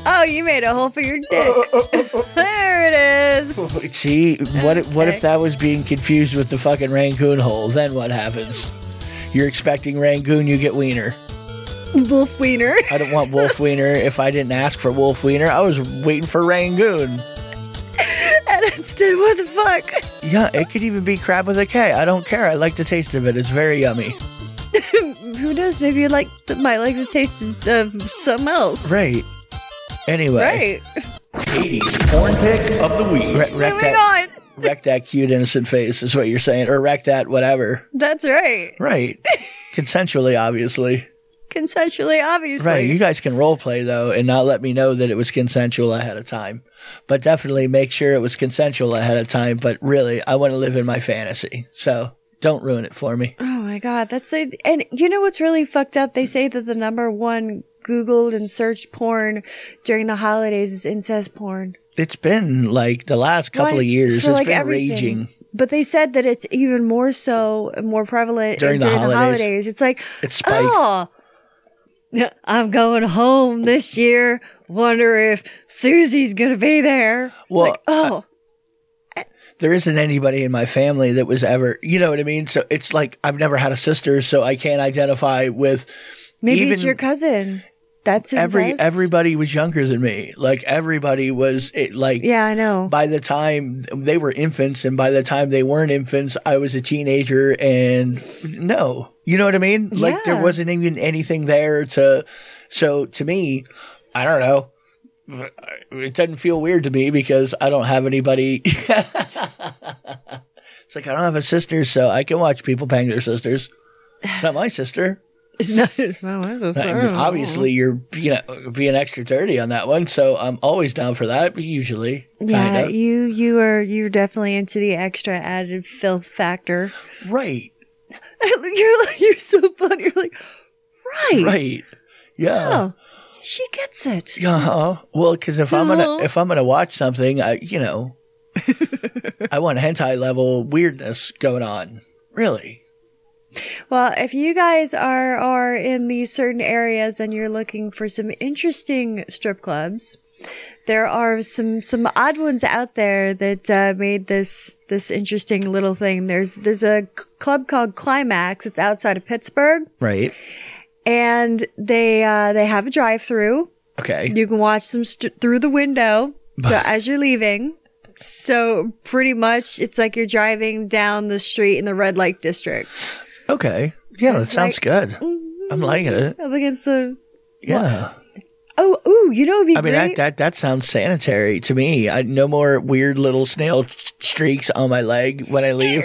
Speaker 2: oh, you made a hole for your dick. there it is."
Speaker 1: See, what if, what
Speaker 2: Okay.
Speaker 1: if that was being confused with the fucking Rangoon hole? Then what happens? You're expecting Rangoon, you get Wiener.
Speaker 2: Wolf wiener.
Speaker 1: I don't want Wolf Wiener. If I didn't ask for Wolf Wiener, I was waiting for Rangoon.
Speaker 2: and instead, what the fuck?
Speaker 1: Yeah, it could even be crab with a K. I don't care. I like the taste of it. It's very yummy.
Speaker 2: who knows? Maybe you like the, might like the taste of of something else.
Speaker 1: Right. Anyway,
Speaker 2: Right.
Speaker 5: 80s porn pick of the week.
Speaker 1: re- wreck,
Speaker 2: Moving
Speaker 1: that,
Speaker 2: on.
Speaker 1: wreck that cute innocent face is what you're saying, or wreck that whatever.
Speaker 2: That's right.
Speaker 1: Right. Consensually, obviously.
Speaker 2: Consensually, obviously.
Speaker 1: Right. You guys can role play though and not let me know that it was consensual ahead of time. But definitely make sure it was consensual ahead of time. But really, I want to live in my fantasy. So don't ruin it for me.
Speaker 2: Oh my god, that's a, and you know what's really fucked up? They say that the number one Googled and searched porn during the holidays is incest porn.
Speaker 1: It's been like the last couple
Speaker 2: Why-
Speaker 1: of years. It's
Speaker 2: for, like,
Speaker 1: been
Speaker 2: everything.
Speaker 1: raging.
Speaker 2: But they said that it's even more so, more prevalent during,
Speaker 1: During the
Speaker 2: the, holidays.
Speaker 1: holidays.
Speaker 2: It's like,
Speaker 1: It spikes.
Speaker 2: oh, I'm going home this year. Wonder if Susie's gonna be there. It's
Speaker 1: Well,
Speaker 2: like, oh,
Speaker 1: there isn't anybody in my family that was ever, you know what I mean? So it's like I've never had a sister, so I can't identify with
Speaker 2: Maybe it's
Speaker 1: Even-
Speaker 2: your cousin. That's his
Speaker 1: every
Speaker 2: best.
Speaker 1: everybody was younger than me. Like everybody was it like
Speaker 2: Yeah, I know.
Speaker 1: by the time they were infants and by the time they weren't infants, I was a teenager and no. You know what I mean? Like there
Speaker 2: Yeah.
Speaker 1: wasn't even anything there to so to me, I don't know. It doesn't feel weird to me because I don't have anybody It's like I don't have a sister, so I can watch people bang their sisters. It's not my sister.
Speaker 2: It's not. It's not my
Speaker 1: I
Speaker 2: sister.
Speaker 1: mean, obviously, you're you know being extra dirty on that one, so I'm always down for that. Usually,
Speaker 2: Yeah,
Speaker 1: kinda.
Speaker 2: you you are you're definitely into the extra added filth factor.
Speaker 1: right,
Speaker 2: you're like, you're so funny. You're like, right?
Speaker 1: right, yeah,
Speaker 2: Oh, she gets it.
Speaker 1: yeah. Uh-huh. Well, because if I'm
Speaker 2: Cool.
Speaker 1: gonna if I'm gonna watch something, I you know, I want hentai level weirdness going on. Really,
Speaker 2: Well, if you guys are are in these certain areas and you're looking for some interesting strip clubs, there are some some odd ones out there that uh, made this this interesting little thing. There's there's a c- club called Climax. It's outside of Pittsburgh,
Speaker 1: right?
Speaker 2: and they uh, they have a drive through.
Speaker 1: Okay,
Speaker 2: You can watch them st- through the window. So as you're leaving. So pretty much it's like you're driving down the street in the red light district.
Speaker 1: okay, yeah, that sounds
Speaker 2: like-
Speaker 1: good. I'm liking it.
Speaker 2: Up against the
Speaker 1: Yeah,
Speaker 2: Oh, ooh, you know it'd be
Speaker 1: I mean
Speaker 2: great.
Speaker 1: that, that that sounds sanitary to me. I no more weird little snail s- streaks on my leg when I leave.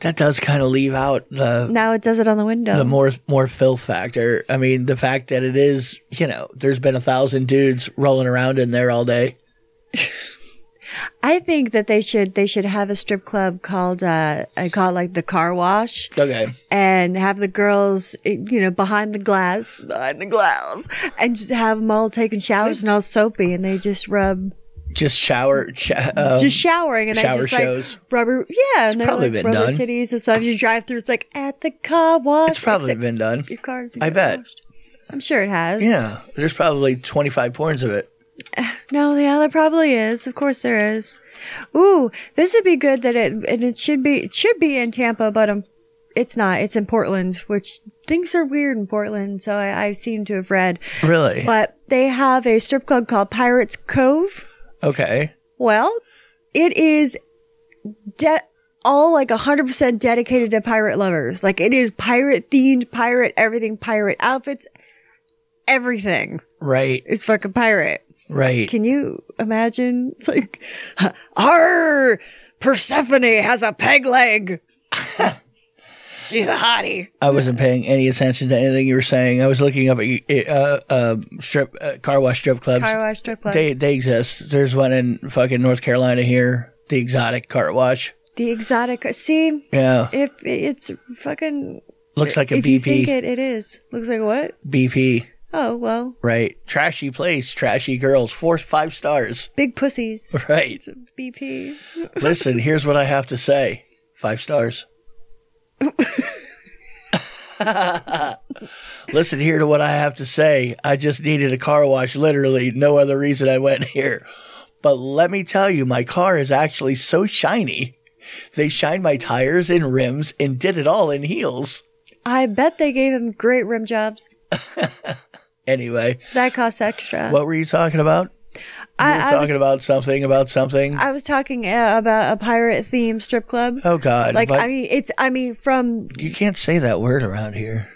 Speaker 1: that does kind of leave out the
Speaker 2: now it does it on the window.
Speaker 1: the more more filth factor. I mean, the fact that it is, you know, there's been a thousand dudes rolling around in there all day.
Speaker 2: I think that they should they should have a strip club called uh I call it like the car wash
Speaker 1: Okay,
Speaker 2: and have the girls eh, you know behind the glass behind the glass and just have them all taking showers and all soapy and they just rub
Speaker 1: just shower. Sh- um,
Speaker 2: just showering and I
Speaker 1: shower
Speaker 2: just
Speaker 1: shows.
Speaker 2: like rubber yeah and they're
Speaker 1: probably
Speaker 2: like
Speaker 1: been
Speaker 2: rubber
Speaker 1: done.
Speaker 2: titties and so as you drive through it's like at the car wash
Speaker 1: it's probably
Speaker 2: Except
Speaker 1: been done.
Speaker 2: your car doesn't
Speaker 1: I
Speaker 2: get
Speaker 1: bet.
Speaker 2: washed. I'm sure it has
Speaker 1: Yeah, there's probably 25 porns of it.
Speaker 2: No, yeah, there probably is. Of course there is. Ooh, this would be good that it, and it should be, it should be in Tampa, but um, it's not. It's in Portland, which things are weird in Portland. So I, I seem to have read,
Speaker 1: Really?
Speaker 2: but they have a strip club called Pirates Cove.
Speaker 1: Okay.
Speaker 2: Well, it is de- all like 100% dedicated to pirate lovers. Like it is pirate themed, pirate everything, pirate outfits, everything
Speaker 1: Right.
Speaker 2: is fucking pirate.
Speaker 1: Right.
Speaker 2: Can you imagine? It's like, our Persephone has a peg leg. She's a hottie.
Speaker 1: I wasn't paying any attention to anything you were saying. I was looking up at uh, uh, strip uh, car wash strip clubs.
Speaker 2: Car wash strip clubs.
Speaker 1: They they exist. There's one in fucking North Carolina here. The exotic car wash.
Speaker 2: the exotic. See,
Speaker 1: Yeah,
Speaker 2: if it's fucking,
Speaker 1: looks like a
Speaker 2: if you think
Speaker 1: BP.
Speaker 2: it, it is. Looks like what?
Speaker 1: BP.
Speaker 2: Oh well,
Speaker 1: Right. Trashy place. Trashy girls. Four five stars.
Speaker 2: big pussies.
Speaker 1: Right.
Speaker 2: BP.
Speaker 1: Listen. Here's what I have to say. Five stars. Listen here to what I have to say. I just needed a car wash. Literally, no other reason I went here. But let me tell you, my car is actually so shiny. They shined my tires and rims and did it all in heels.
Speaker 2: I bet they gave him great rim jobs.
Speaker 1: Anyway,
Speaker 2: That costs extra.
Speaker 1: what were you talking about?
Speaker 2: I,
Speaker 1: We're
Speaker 2: I
Speaker 1: talking
Speaker 2: was,
Speaker 1: about something about something.
Speaker 2: I was talking uh, about a pirate themed strip club.
Speaker 1: oh God!
Speaker 2: like
Speaker 1: but
Speaker 2: I mean, it's I mean from
Speaker 1: you can't say that word around here.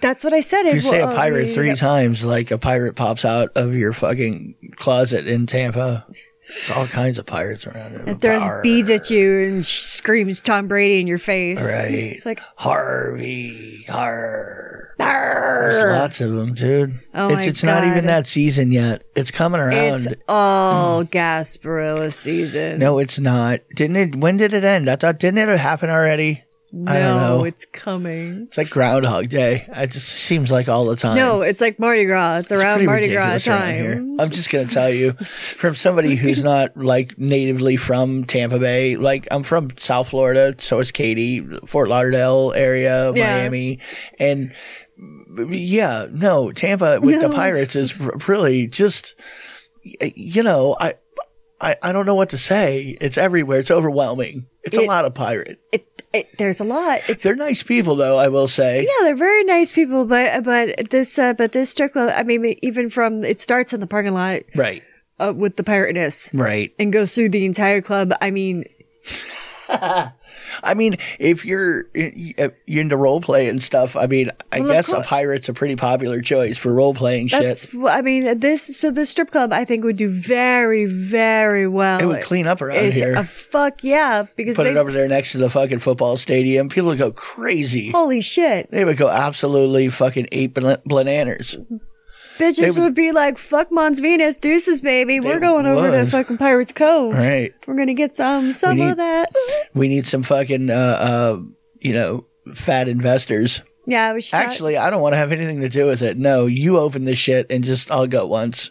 Speaker 2: That's what I said. It
Speaker 1: If you say a
Speaker 2: will-
Speaker 1: pirate
Speaker 2: uh,
Speaker 1: three times, like a pirate pops out of your fucking closet in Tampa. There's all kinds of pirates around. here.
Speaker 2: It throws
Speaker 1: Arr,
Speaker 2: beads at you and sh- screams Tom Brady in your face.
Speaker 1: Right.
Speaker 2: It's like,
Speaker 1: Harvey. Har. There's
Speaker 2: "Arr."
Speaker 1: lots of them, dude.
Speaker 2: Oh
Speaker 1: it's
Speaker 2: my
Speaker 1: it's not even
Speaker 2: God.
Speaker 1: that season yet. It's coming around. Mm.
Speaker 2: it's all Gasparilla season.
Speaker 1: no, it's not. Didn't it? When did it end? I thought didn't it happen already? I don't
Speaker 2: No,
Speaker 1: know.
Speaker 2: it's coming.
Speaker 1: It's like Groundhog Day. It just seems like all the time.
Speaker 2: No, it's like Mardi Gras. It's,
Speaker 1: It's
Speaker 2: around
Speaker 1: pretty
Speaker 2: Mardi Gras
Speaker 1: ridiculous around
Speaker 2: time.
Speaker 1: here. I'm just gonna tell you, from somebody who's not like natively from Tampa Bay, like I'm from South Florida, so is Katie, Fort Lauderdale area,
Speaker 2: Yeah.
Speaker 1: Miami, and yeah, no, Tampa with the
Speaker 2: No.
Speaker 1: Pirates is r- really just, y- you know, I I, I don't know what to say. It's everywhere. It's overwhelming. It's a
Speaker 2: It-
Speaker 1: lot of pirate.
Speaker 2: It, it, there's a lot. It's
Speaker 1: They're nice people though, I will say.
Speaker 2: yeah, they're very nice people, but but this uh, but this strip club. I mean, even from it starts in the parking lot
Speaker 1: Right.
Speaker 2: uh, with the pirateness
Speaker 1: Right.
Speaker 2: and goes through the entire club. I mean,
Speaker 1: I mean, if you're you're into role play and stuff, I mean, I
Speaker 2: Well, of
Speaker 1: guess a
Speaker 2: course.
Speaker 1: pirate's a pretty popular choice for role playing shit.
Speaker 2: that's I mean this. So this strip club, I think, would do very very well.
Speaker 1: It would clean up around
Speaker 2: it's
Speaker 1: here.
Speaker 2: A fuck yeah, because
Speaker 1: Put
Speaker 2: they
Speaker 1: it over there next to the fucking football stadium. People would go crazy.
Speaker 2: holy shit,
Speaker 1: They would go absolutely fucking ape ban- bananas.
Speaker 2: bitches
Speaker 1: they
Speaker 2: would,
Speaker 1: would-
Speaker 2: be like, fuck Mons Venus, deuces, baby. We're going over to
Speaker 1: would.
Speaker 2: fucking Pirates Cove.
Speaker 1: Right.
Speaker 2: We're gonna get some some
Speaker 1: need-
Speaker 2: of that.
Speaker 1: We need some fucking, uh, uh, you know, fat investors.
Speaker 2: Yeah, we should not-
Speaker 1: Actually, I don't want to have anything to do with it. No, you open this shit and just I'll go once.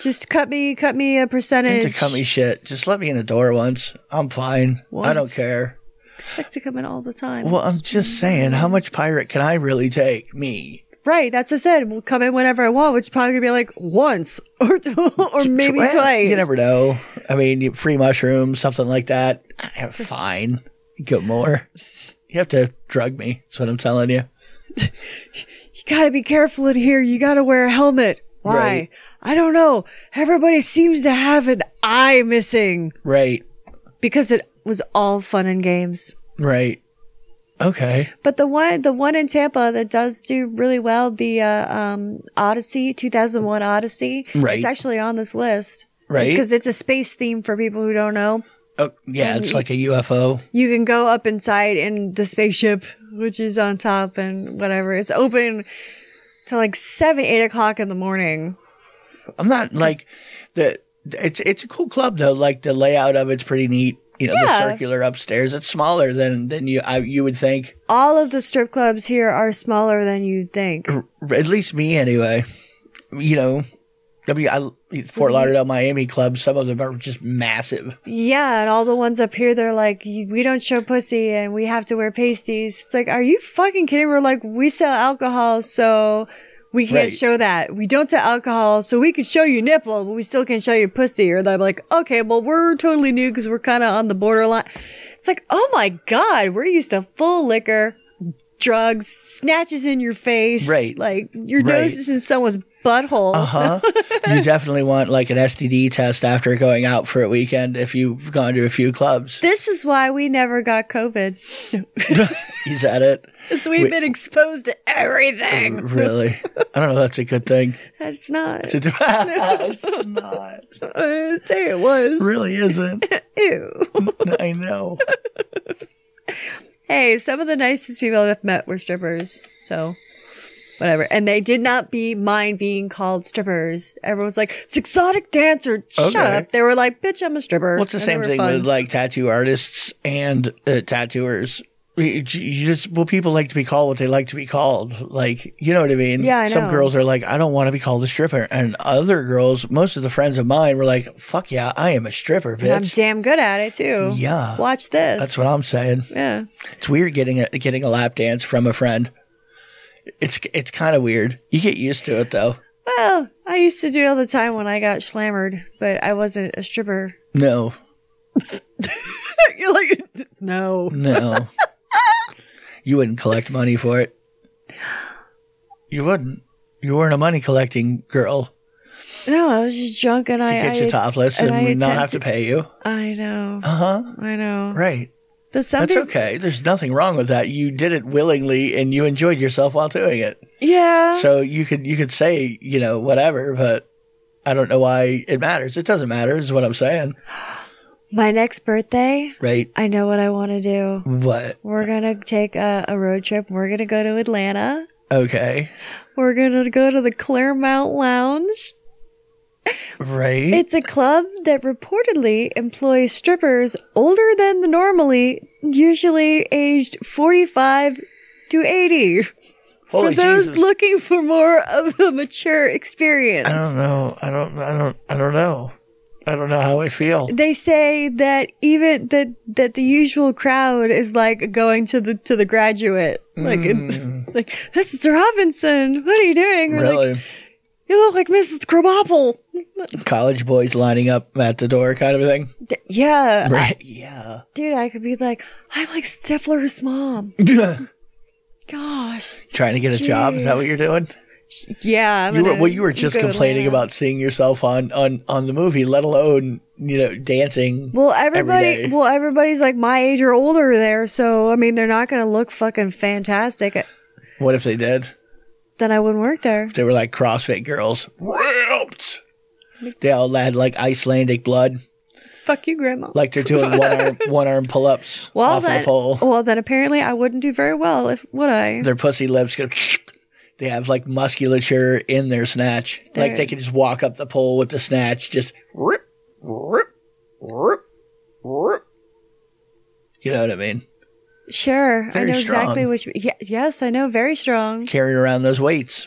Speaker 2: just cut me cut me a
Speaker 1: To
Speaker 2: percentage.
Speaker 1: come me shit. Just let me in the door once. I'm fine. I don't
Speaker 2: Once.
Speaker 1: care.
Speaker 2: expect to come in all the time.
Speaker 1: Well, I'm just saying, how much pirate can I really take? Me.
Speaker 2: right, that's what I said. We'll come in whenever I want, which is probably gonna be like once or or maybe
Speaker 1: Well,
Speaker 2: twice.
Speaker 1: eh, You never know. I mean, you- free mushrooms, something like that. Ah, Fine. Get more. You have to drug me. That's what I'm telling you.
Speaker 2: You gotta be careful in here. You gotta wear a helmet. Why?
Speaker 1: Right.
Speaker 2: I don't know. Everybody seems to have an eye missing
Speaker 1: Right.
Speaker 2: because it was all fun and games.
Speaker 1: Right. Okay.
Speaker 2: But the one, the one in Tampa that does do really well, the uh, um, Odyssey, 2001 Odyssey.
Speaker 1: Right.
Speaker 2: It's actually on this list.
Speaker 1: Right.
Speaker 2: Because it's a space theme for people who don't know.
Speaker 1: Oh, yeah, it's like a UFO.
Speaker 2: you can go up inside in the spaceship, which is on top and whatever. It's open till like seven, eight o'clock in the morning.
Speaker 1: I'm not like the. It's it's a cool club though. Like the layout of it's pretty neat. You know,
Speaker 2: Yeah.
Speaker 1: the circular upstairs. It's smaller than than you I, you would think.
Speaker 2: All of the strip clubs here are smaller than you'd think.
Speaker 1: At least me anyway. You know, I mean, I, Fort Lauderdale, Miami club. Some of them are just massive.
Speaker 2: Yeah, and all the ones up here, they're like, "You- we don't show pussy and we have to wear pasties. It's like, are you fucking kidding? We're like, we sell alcohol, so we can't
Speaker 1: Right.
Speaker 2: show that. We don't sell alcohol, so we can show you nipple, but we still can't show you pussy. Or they're like, okay, well, we're totally new because we're kind of on the borderline. It's like, oh my God, we're used to full liquor, drugs, snatches in your face.
Speaker 1: Right.
Speaker 2: Like, your
Speaker 1: Right. Uh-huh.
Speaker 2: nose is in someone's butthole.
Speaker 1: Huh? you definitely want like an STD test after going out for a weekend if you've gone to a few clubs.
Speaker 2: This is why we never got COVID.
Speaker 1: Is that it?
Speaker 2: So we've been exposed to
Speaker 1: Um,
Speaker 2: everything.
Speaker 1: Really? I don't know. If that's a good thing.
Speaker 2: That's not.
Speaker 1: It's, a, it's not. It
Speaker 2: I didn't say it was.
Speaker 1: really isn't.
Speaker 2: Ew.
Speaker 1: I know.
Speaker 2: Hey, some of the nicest people I've met were strippers. So, whatever. And they did not be mind being called strippers. Everyone's like, it's exotic dancer. Shut
Speaker 1: Okay.
Speaker 2: up. They were like, bitch, I'm a stripper.
Speaker 1: Well, it's the
Speaker 2: And they
Speaker 1: same
Speaker 2: were
Speaker 1: thing
Speaker 2: fun.
Speaker 1: with like tattoo artists and uh, tattooers. You you just well, people like to be called what they like to be called. Like you know what I mean?
Speaker 2: Yeah, I
Speaker 1: Some
Speaker 2: know.
Speaker 1: girls are like, I don't want to be called a stripper, and other girls, most of the friends of mine, were like, Fuck yeah, I am a stripper,
Speaker 2: And I'm
Speaker 1: bitch.
Speaker 2: damn good at it too.
Speaker 1: Yeah.
Speaker 2: Watch this.
Speaker 1: That's what I'm saying.
Speaker 2: yeah.
Speaker 1: It's weird getting a getting a lap dance from a friend. It's it's kind of weird. You get used to it though.
Speaker 2: Well, I used to do it all the time when I got slammered, but I wasn't a stripper.
Speaker 1: No,
Speaker 2: You're like, no.
Speaker 1: no, you wouldn't collect money for it. You wouldn't. You weren't a money collecting girl.
Speaker 2: No, I was just drunk and I.
Speaker 1: get
Speaker 2: I,
Speaker 1: you topless
Speaker 2: and
Speaker 1: and,
Speaker 2: I
Speaker 1: not have to
Speaker 2: attempted-
Speaker 1: pay you.
Speaker 2: I know.
Speaker 1: Uh huh.
Speaker 2: I know.
Speaker 1: Right.
Speaker 2: But some
Speaker 1: That's
Speaker 2: people,
Speaker 1: okay. There's nothing wrong with that. You did it willingly and you enjoyed yourself while doing it.
Speaker 2: yeah.
Speaker 1: So you could you could say you know whatever, but I don't know why it matters. It doesn't matter. Is what I'm saying.
Speaker 2: My next birthday,
Speaker 1: Right.
Speaker 2: I know what I want to do.
Speaker 1: What?
Speaker 2: We're gonna take a, a road trip. We're gonna go to Atlanta.
Speaker 1: Okay.
Speaker 2: We're gonna go to the Claremont Lounge.
Speaker 1: Right.
Speaker 2: It's a club that reportedly employs strippers older than the normally, usually aged 45 to 80.
Speaker 1: Holy
Speaker 2: for those
Speaker 1: Oh, Jesus.
Speaker 2: looking for more of a mature experience.
Speaker 1: I don't know. I don't. I don't. I don't know. I don't know how I feel.
Speaker 2: they say that even that that the usual crowd is like going to the to the graduate like it's like this is robinson what are you doing We're like,
Speaker 1: Really?
Speaker 2: You look like Mrs. Crumapple.
Speaker 1: College boys lining up at the door, kind of a thing.
Speaker 2: D- Uh, Yeah.
Speaker 1: Right? Yeah.
Speaker 2: Dude, I could be like, I'm like Stifler's mom. Gosh.
Speaker 1: Trying to get a job. Is that what you're doing?
Speaker 2: Yeah. I'm
Speaker 1: You were
Speaker 2: gonna-
Speaker 1: well. You were just
Speaker 2: go to
Speaker 1: complaining
Speaker 2: Atlanta.
Speaker 1: about seeing yourself on on on the movie, let alone you know dancing.
Speaker 2: Well,
Speaker 1: day.
Speaker 2: everybody, well, everybody's like my age or older there, so I mean, they're not going to look fucking fantastic.
Speaker 1: What if they did?
Speaker 2: Then I wouldn't work there.
Speaker 1: They were like CrossFit girls, ripped. They all had like Icelandic blood,
Speaker 2: Fuck you, grandma.
Speaker 1: like they're doing one arm one arm pull ups
Speaker 2: well,
Speaker 1: off
Speaker 2: then,
Speaker 1: the pole.
Speaker 2: well, then apparently I wouldn't do very well if would I?
Speaker 1: Their pussy lips go. They have like musculature in their snatch, like
Speaker 2: They're-
Speaker 1: they could just walk up the pole with the snatch, just rip, rip, rip, rip. You know what I mean?
Speaker 2: Sure, I
Speaker 1: Very
Speaker 2: know
Speaker 1: strong.
Speaker 2: exactly which. Yeah, yes, I know, very strong.
Speaker 1: carrying around those weights.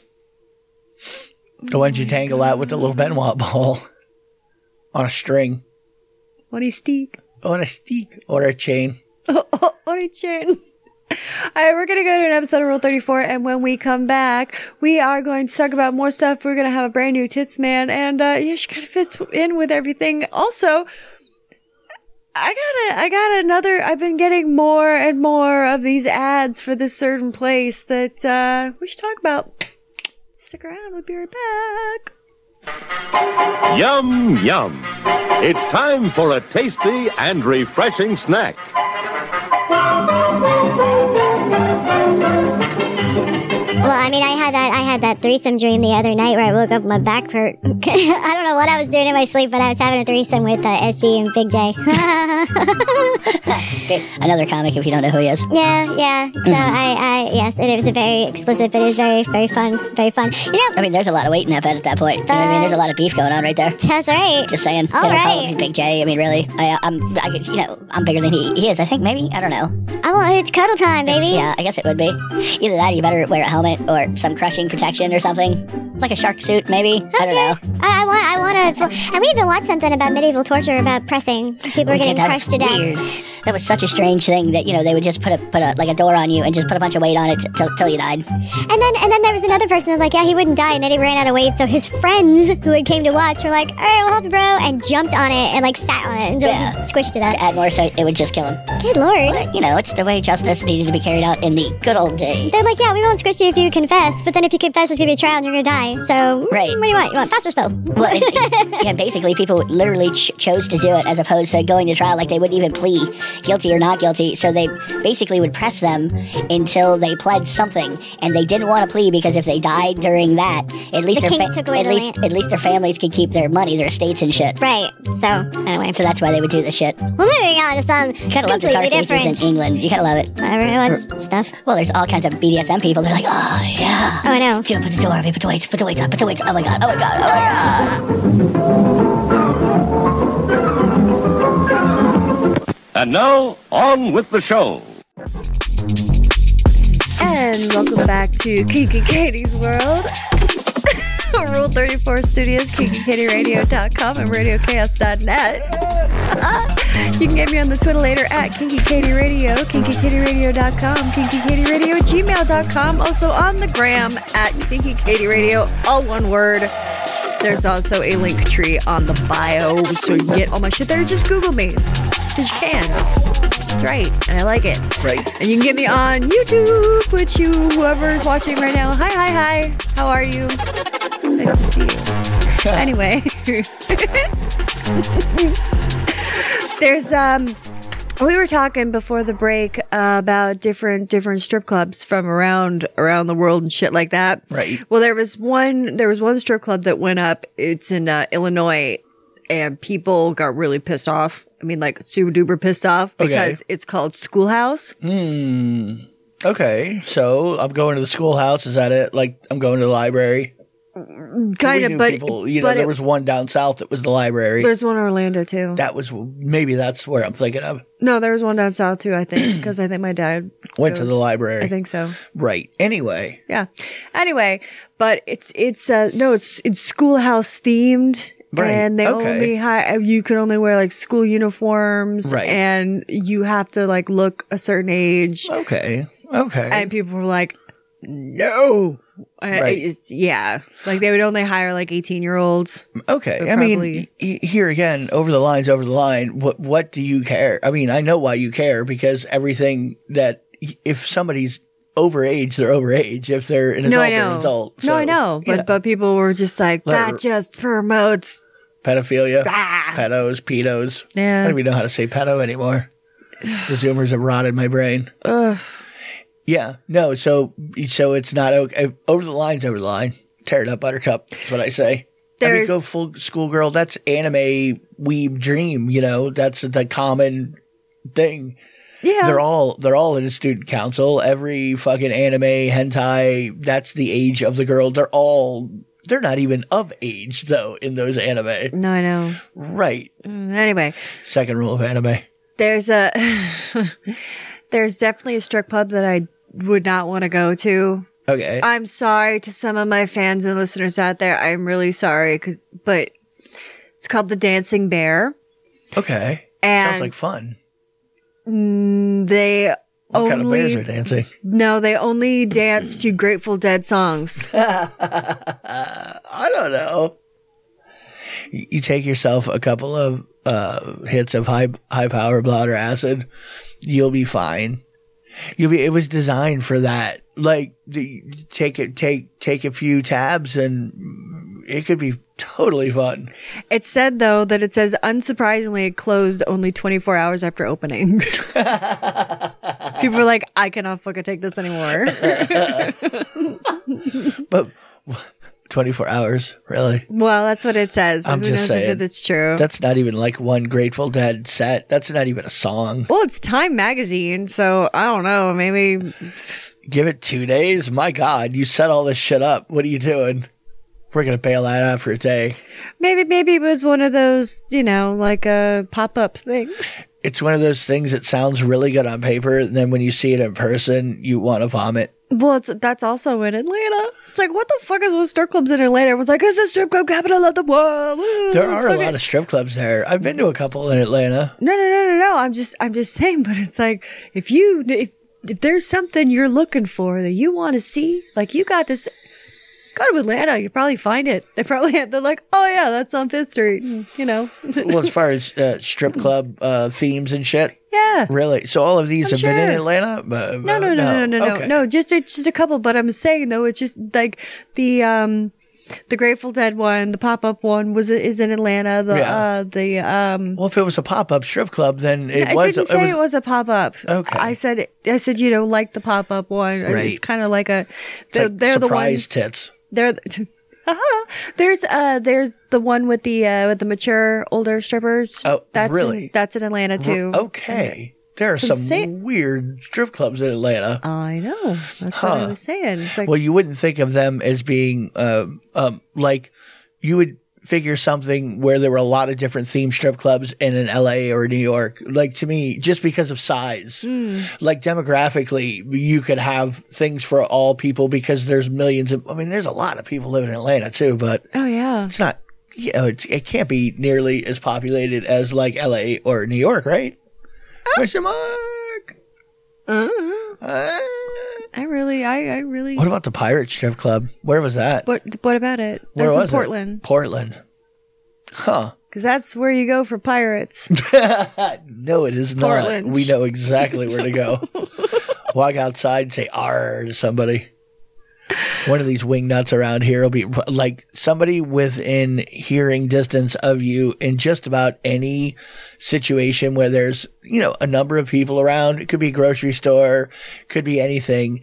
Speaker 1: The ones
Speaker 2: Oh
Speaker 1: you tangle out with the little Benoit ball on a string,
Speaker 2: What is steak?
Speaker 1: on a stick, or a chain.
Speaker 2: What a chin. All right, we're gonna go to an episode of Rule Thirty Four, and when we come back, we are going to talk about more stuff. We're gonna have a brand new tits man, and uh, yeah, she kind of fits in with everything. Also, I got a, I got another. I've been getting more and more of these ads for this certain place that uh, we should talk about. Stick around. We'll be right back.
Speaker 6: Yum, yum. It's time for a tasty and refreshing snack.
Speaker 7: Well, I mean, I had that I had that threesome dream the other night where I woke up my back hurt. I don't know what I was doing in my sleep, but I was having a threesome with uh, SC and Big J.
Speaker 8: Another comic if you don't know who he is.
Speaker 7: yeah, yeah. So I, I, yes, and it was a very explicit, but it was very, very fun, very fun. You know,
Speaker 8: I mean, there's a lot of weight in that bed at that point. You know what I mean? There's a lot of beef going on right there.
Speaker 7: that's right.
Speaker 8: Just saying.
Speaker 7: All
Speaker 8: they don't call
Speaker 7: right.
Speaker 8: him Big J. I mean, really, I, uh, I'm, I, you know, I'm bigger than he, he is. I think maybe. I don't know.
Speaker 7: I want it's cuddle time, baby.
Speaker 8: Yeah, I guess it would be. Either that, or you better wear a helmet or some crushing protection or something, like a shark suit, maybe. I don't know.
Speaker 7: I, I want, I want to. Full, and we even watched something about medieval torture about pressing. People were
Speaker 8: We
Speaker 7: getting
Speaker 8: did. That was
Speaker 7: crushed to death.
Speaker 8: weird. That was such a strange thing that you know they would just put a put a like a door on you and just put a bunch of weight on it t- till till you died.
Speaker 7: And then and then there was another person that was like, yeah, he wouldn't die, and then he ran out of weight, so his friends who had came to watch were like, all right, we'll help you, bro, and jumped on it and like sat on it until
Speaker 8: Yeah.
Speaker 7: he squished it up.
Speaker 8: To add more, so it would just kill him.
Speaker 7: Good lord.
Speaker 8: But, you know, it's the way justice needed to be carried out in the good old days.
Speaker 7: They're like, yeah, we won't squish you if you confess, but then if you confess, there's gonna be a trial and you're gonna die. So
Speaker 8: Right.
Speaker 7: what do you want? You want fast or slow?
Speaker 8: Well, and, yeah, basically, people literally ch- chose to do it as opposed to going to trial. Like, they wouldn't even plea guilty or not guilty. So they basically would press them until they pled something. And they didn't want to plea because if they died during that, at least,
Speaker 7: The
Speaker 8: their,
Speaker 7: king took away
Speaker 8: at,
Speaker 7: the
Speaker 8: least
Speaker 7: land.
Speaker 8: at least their families could keep their money, their estates, and shit.
Speaker 7: Right. So anyway.
Speaker 8: So that's why they would do the shit.
Speaker 7: Well moving on to some
Speaker 8: Gotta love the
Speaker 7: completely
Speaker 8: Dark Ages
Speaker 7: different
Speaker 8: in England. You gotta love it.
Speaker 7: whatever it was stuff.
Speaker 8: Well, there's all kinds of BDSM people. They're like, oh, yeah.
Speaker 7: Oh I know.
Speaker 8: Dude, put the door on me. Put the weights. Put the weights on. Put the weights. Oh my god. Oh my god. Oh my god.
Speaker 6: And now, on with the show.
Speaker 2: And welcome back to Kinky Katie's World. Rule 34 Studios, KinkyKatieRadio.com, and RadioChaos.net. you can get me on the Twitter later at KinkyKatieRadio, KinkyKatieRadio.com, KinkyKatieRadio at gmail.com, also on the gram at KinkyKatieRadio, all one word. There's also a link tree on the bio, so you can get all my shit there. Just Google me, because you can. That's right, and I like it.
Speaker 1: Right.
Speaker 2: And you can get me on YouTube, which you, whoever's watching right now, hi, hi, hi. How are you? Nice to see you. anyway, there's, um, we were talking before the break uh, about different different strip clubs from around around the world and shit like that.
Speaker 1: Right.
Speaker 2: Well, there was one there was one strip club that went up. It's in uh, Illinois, and people got really pissed off. I mean, like super duper pissed off
Speaker 1: Okay. Mm-hmm.
Speaker 2: because it's called Schoolhouse.
Speaker 1: Okay, so I'm going to the schoolhouse. Is that it? Like I'm going to the library.
Speaker 2: kind
Speaker 1: We
Speaker 2: of,
Speaker 1: knew
Speaker 2: but,
Speaker 1: people, you know,
Speaker 2: but
Speaker 1: there
Speaker 2: it-
Speaker 1: was one down south that was the library.
Speaker 2: there's one in Orlando too.
Speaker 1: that was maybe that's where I'm thinking of.
Speaker 2: no, there was one down south too. I think because I think my dad
Speaker 1: Went to
Speaker 2: goes-
Speaker 1: the library.
Speaker 2: I think so.
Speaker 1: Right. Anyway,
Speaker 2: Yeah. Anyway, but it's it's uh no, it's it's schoolhouse themed.
Speaker 1: Right,
Speaker 2: And they
Speaker 1: okay.
Speaker 2: only hi- uh, you can only wear like school uniforms,
Speaker 1: Right.
Speaker 2: And you have to like look a certain age.
Speaker 1: okay, okay.
Speaker 2: And people were like, no. I- I-
Speaker 1: Right.
Speaker 2: it's- yeah. Like they would only hire like 18 year olds.
Speaker 1: Okay,
Speaker 2: But
Speaker 1: I mean,
Speaker 2: probably-
Speaker 1: y- here again, over the lines, over the line. What what do you care? I mean, I know why you care because everything that if somebody's overage, they're overage. If they're an adult,
Speaker 2: No, I
Speaker 1: they're an
Speaker 2: know.
Speaker 1: adult.
Speaker 2: no,
Speaker 1: So,
Speaker 2: I know. But
Speaker 1: yeah.
Speaker 2: but people were just like,
Speaker 1: Let her-
Speaker 2: that just promotes.
Speaker 1: pedophilia,
Speaker 2: Ah.
Speaker 1: pedos, pedos. I
Speaker 2: Yeah.
Speaker 1: don't even know how to say pedo anymore. The Zoomers have rotted my brain.
Speaker 2: Ugh.
Speaker 1: Yeah, no. So so it's not okay. Over the lines, over the line. Tear it up, Buttercup. Is what I say. I mean,
Speaker 2: There's-
Speaker 1: go full schoolgirl. That's anime weeb dream. You know, that's the common thing.
Speaker 2: yeah.
Speaker 1: They're all they're all in a student council. Every fucking anime hentai. That's the age of the girl. They're all. They're not even of age though in those anime.
Speaker 2: no, I know.
Speaker 1: Right.
Speaker 2: Mm, Anyway,
Speaker 1: Second rule of anime.
Speaker 2: there's a there's definitely a strip club that I would not want to go to.
Speaker 1: Okay.
Speaker 2: I'm sorry to some of my fans and listeners out there. I'm really sorry, 'cause- but it's called the Dancing Bear,
Speaker 1: Okay. Sounds
Speaker 2: and
Speaker 1: like fun.
Speaker 2: they
Speaker 1: What
Speaker 2: only
Speaker 1: kind of bears are dancing?
Speaker 2: no, they only dance to Grateful Dead songs.
Speaker 1: I don't know. You you take yourself a couple of uh, hits of high high power blood or acid, you'll be fine. You'll be. It was designed for that. Like the, take it, take take a few tabs, and it could be totally fun.
Speaker 2: It said though that it says unsurprisingly it closed only 24 hours after opening. People were like, I cannot fucking take this anymore.
Speaker 1: But twenty four hours, really?
Speaker 2: well, that's what it says.
Speaker 1: I'm
Speaker 2: Who
Speaker 1: just
Speaker 2: knows
Speaker 1: saying.
Speaker 2: if it's true?
Speaker 1: That's not even like one Grateful Dead set. That's not even a song.
Speaker 2: well, it's Time Magazine, so I don't know. Maybe
Speaker 1: Give it two days? My God, you set all this shit up. What are you doing? We're gonna bail that out for a day.
Speaker 2: Maybe, maybe it was one of those, you know, like uh, pop up things.
Speaker 1: It's one of those things that sounds really good on paper, and then when you see it in person, you want to vomit.
Speaker 2: Well, it's, that's also in Atlanta. It's like, what the fuck is with strip clubs in Atlanta? Everyone's like, it's the strip club capital of the world. Ooh,
Speaker 1: There
Speaker 2: it's
Speaker 1: are a
Speaker 2: fucking-"
Speaker 1: lot of strip clubs there. I've been to a couple in Atlanta.
Speaker 2: No, no, no, no, no. I'm just, I'm just saying. But it's like, if you, if if there's something you're looking for that you want to see, like you got this, go to Atlanta. You probably find it. They probably have. They're like, oh yeah, that's on Fifth Street. and, you know,
Speaker 1: Well, as far as uh, strip club uh, themes and shit,
Speaker 2: yeah.
Speaker 1: really. So all of these have been in
Speaker 2: sure.
Speaker 1: Atlanta. But, uh,
Speaker 2: no, no, no, no, no, no,
Speaker 1: Okay.
Speaker 2: no. Just a, just a couple. But I'm saying though, it's just like the um, the Grateful Dead one, the pop up one was is in Atlanta. The
Speaker 1: Yeah.
Speaker 2: uh, the um,
Speaker 1: Well, if it was a pop up strip club, then it
Speaker 2: I
Speaker 1: was.
Speaker 2: didn't say it was a pop up.
Speaker 1: Okay.
Speaker 2: I said I said you know like the pop up one.
Speaker 1: Right.
Speaker 2: It's kind of like a
Speaker 1: it's
Speaker 2: they're,
Speaker 1: like
Speaker 2: they're the
Speaker 1: surprise
Speaker 2: ones
Speaker 1: tits.
Speaker 2: they're. There's uh there's the one with the uh with the mature older strippers.
Speaker 1: Oh,
Speaker 2: that's
Speaker 1: really? oh.
Speaker 2: In, that's in Atlanta too.
Speaker 1: Okay. There are some
Speaker 2: Some say-
Speaker 1: weird strip clubs in Atlanta.
Speaker 2: I know. That's what I was saying. It's like
Speaker 1: Well, you wouldn't think of them as being um, um, like you would figure something where there were a lot of different theme strip clubs in an LA or New York. Like to me, just because of size, like demographically, you could have things for all people because there's millions of. I mean, there's a lot of people living in Atlanta too, but
Speaker 2: oh yeah.
Speaker 1: it's not. You know, it's, it can't be nearly as populated as like LA or New York, right? Question mark. Uh,
Speaker 2: Uh-huh. I really, I, I really.
Speaker 1: what about the pirate strip club? Where was that?
Speaker 2: What What about it?
Speaker 1: Where
Speaker 2: that's
Speaker 1: was
Speaker 2: in
Speaker 1: it?
Speaker 2: Portland,
Speaker 1: Portland. Huh.
Speaker 2: because that's where you go for pirates.
Speaker 1: No, it is not.
Speaker 2: Portland.
Speaker 1: We know exactly where to go. Walk outside and say R to somebody. One of these wingnuts around here will be like somebody within hearing distance of you in just about any situation where there's, you know, a number of people around. It could be a grocery store, could be anything.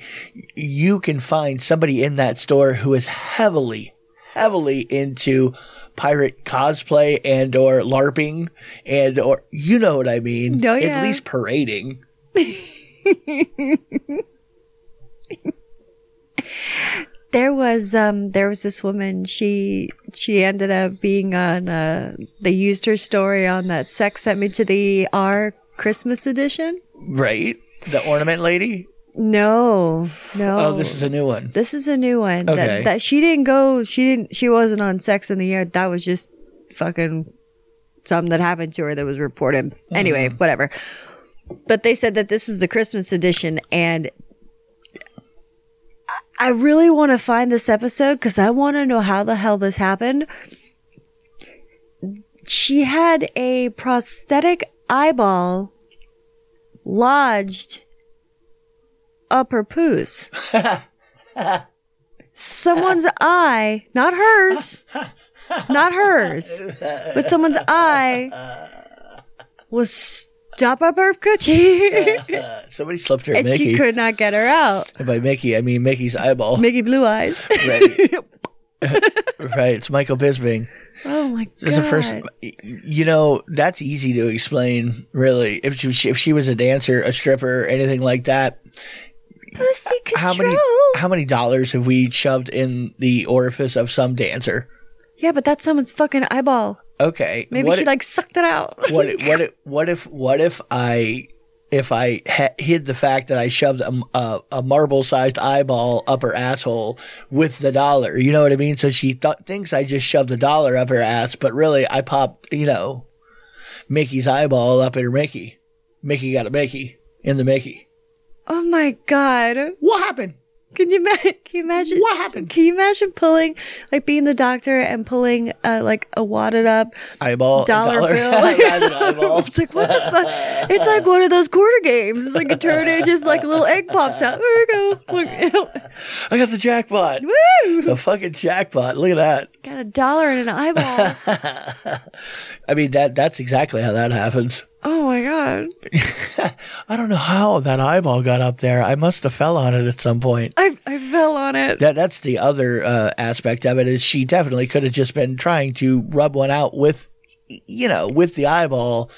Speaker 1: You can find somebody in that store who is heavily, heavily into pirate cosplay and or LARPing and or you know what I mean.
Speaker 2: Oh, yeah.
Speaker 1: At least parading.
Speaker 2: there was um, there was this woman. She she ended up being on. Uh, they used her story on that "Sex Sent Me to the E R" Christmas edition.
Speaker 1: Right? The ornament lady?
Speaker 2: No, no.
Speaker 1: Oh, this is a new one.
Speaker 2: This is a new one. That-
Speaker 1: Okay.
Speaker 2: That, she didn't go. She didn't. She wasn't on Sex in the Year. That was just fucking something that happened to her that was reported. Anyway, whatever. But they said that this was the Christmas edition, and I- I really want to find this episode because I want to know how the hell this happened. She had a prosthetic eyeball lodged up her poos. Someone's eye, not hers, not hers, but someone's eye was stuck up her coochie.
Speaker 1: Somebody slipped her
Speaker 2: and
Speaker 1: Uh, Mickey.
Speaker 2: she could not get her out.
Speaker 1: And by Mickey, I mean Mickey's eyeball.
Speaker 2: Mickey Blue Eyes.
Speaker 1: right. right. It's Michael Bisping.
Speaker 2: oh my god!
Speaker 1: That's the first. You know, that's easy to explain. Really, if she if she was a dancer, a stripper, anything like that,
Speaker 2: pussy
Speaker 1: how
Speaker 2: control.
Speaker 1: many how many dollars have we shoved in the orifice of some dancer?
Speaker 2: yeah, but that's someone's fucking eyeball.
Speaker 1: Okay,
Speaker 2: Maybe
Speaker 1: what
Speaker 2: she
Speaker 1: if-
Speaker 2: like sucked it out.
Speaker 1: what if- what if, what if what if I if I ha- hid the fact that I shoved a, marble sized eyeball up her asshole with the dollar? You know what I mean? So she th- thinks I just shoved a dollar up her ass, but really I popped you know Mickey's eyeball up her Mickey. Mickey got a Mickey in the Mickey.
Speaker 2: oh my god!
Speaker 1: What happened?
Speaker 2: Can you ma- can you imagine
Speaker 1: What happened?
Speaker 2: Can you imagine pulling like being the doctor and pulling uh, like a wadded up
Speaker 1: Eyeball
Speaker 2: dollar, bill?
Speaker 1: Rather than eyeball.
Speaker 2: it's like what the fuck? It's like one of those quarter games. It's like a turn it, just like a little egg pops out. There we go. Look,
Speaker 1: I got the jackpot.
Speaker 2: woo!
Speaker 1: The fucking jackpot. Look at that.
Speaker 2: Got a dollar and an eyeball.
Speaker 1: I mean that that's exactly how that happens.
Speaker 2: Oh my god!
Speaker 1: I don't know how that eyeball got up there. I must have fell on it at some point.
Speaker 2: I I fell on it.
Speaker 1: That that's the other uh, aspect of it is she definitely could have just been trying to rub one out with, you know, with the eyeball,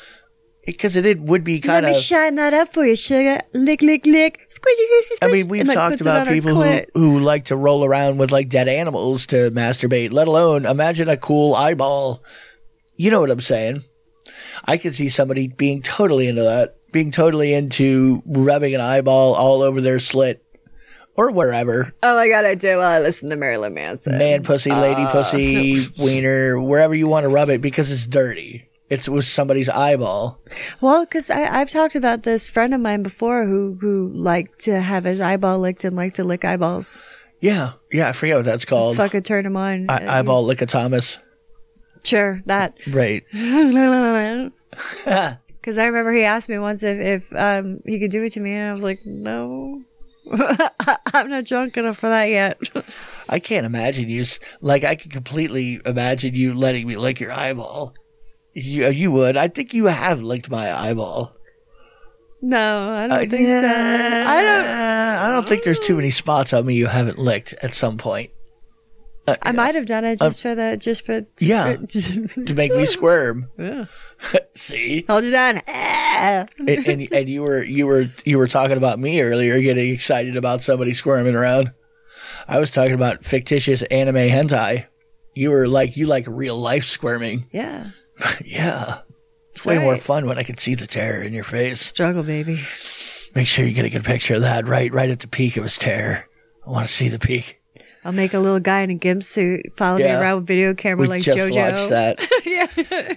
Speaker 1: because it, it would be kind
Speaker 2: Let
Speaker 1: of.
Speaker 2: me shine that up for you, sugar. Lick, lick, lick. Squishy, squishy,
Speaker 1: I
Speaker 2: squish.
Speaker 1: mean, we've
Speaker 2: And, like,
Speaker 1: talked
Speaker 2: puts it on
Speaker 1: about
Speaker 2: her
Speaker 1: people who,
Speaker 2: clit.
Speaker 1: who like to roll around with like dead animals to masturbate. Let alone imagine a cool eyeball. You know what I'm saying? I could see somebody being totally into that, being totally into rubbing an eyeball all over their slit or wherever.
Speaker 2: Oh my god, I do. While I listen to Marilyn Manson.
Speaker 1: man pussy, lady
Speaker 2: uh,
Speaker 1: pussy, wiener, wherever you want to rub it because it's dirty. It's with somebody's eyeball.
Speaker 2: Well, because I've talked about this friend of mine before who who liked to have his eyeball licked and liked to lick eyeballs.
Speaker 1: Yeah, yeah, I forget what that's called.
Speaker 2: Fucking turn him on. Uh,
Speaker 1: I- eyeball lick Thomas.
Speaker 2: Sure, that.
Speaker 1: Right.
Speaker 2: Because I remember he asked me once if if um, he could do it to me, and I was like, no. I'm not drunk enough for that yet.
Speaker 1: I can't imagine you s- like I can completely imagine you letting me lick your eyeball. You uh, you would. I think you have licked my eyeball. Uh,
Speaker 2: no, I don't think so. I don't.
Speaker 1: I don't think there's too many spots on me you haven't licked at some point
Speaker 2: I might have done it just for the just for
Speaker 1: Uh, Yeah.
Speaker 2: Hold
Speaker 1: to make me squirm. See?
Speaker 2: you down. Ah.
Speaker 1: and, and and you were you were you were talking about me earlier getting excited about somebody squirming around. I was talking about fictitious anime hentai. You were like you like real life squirming.
Speaker 2: Yeah.
Speaker 1: yeah.
Speaker 2: It's
Speaker 1: It's way more
Speaker 2: alright.
Speaker 1: fun when I can see the terror in your face.
Speaker 2: Struggle, baby.
Speaker 1: Make sure you get a good picture of that right right at the peak of his terror. I want to see the peak.
Speaker 2: I'll make a little guy in a gimp suit follow
Speaker 1: Yeah.
Speaker 2: me around with video camera
Speaker 1: We
Speaker 2: like
Speaker 1: just
Speaker 2: JoJo.
Speaker 1: watched that. yeah.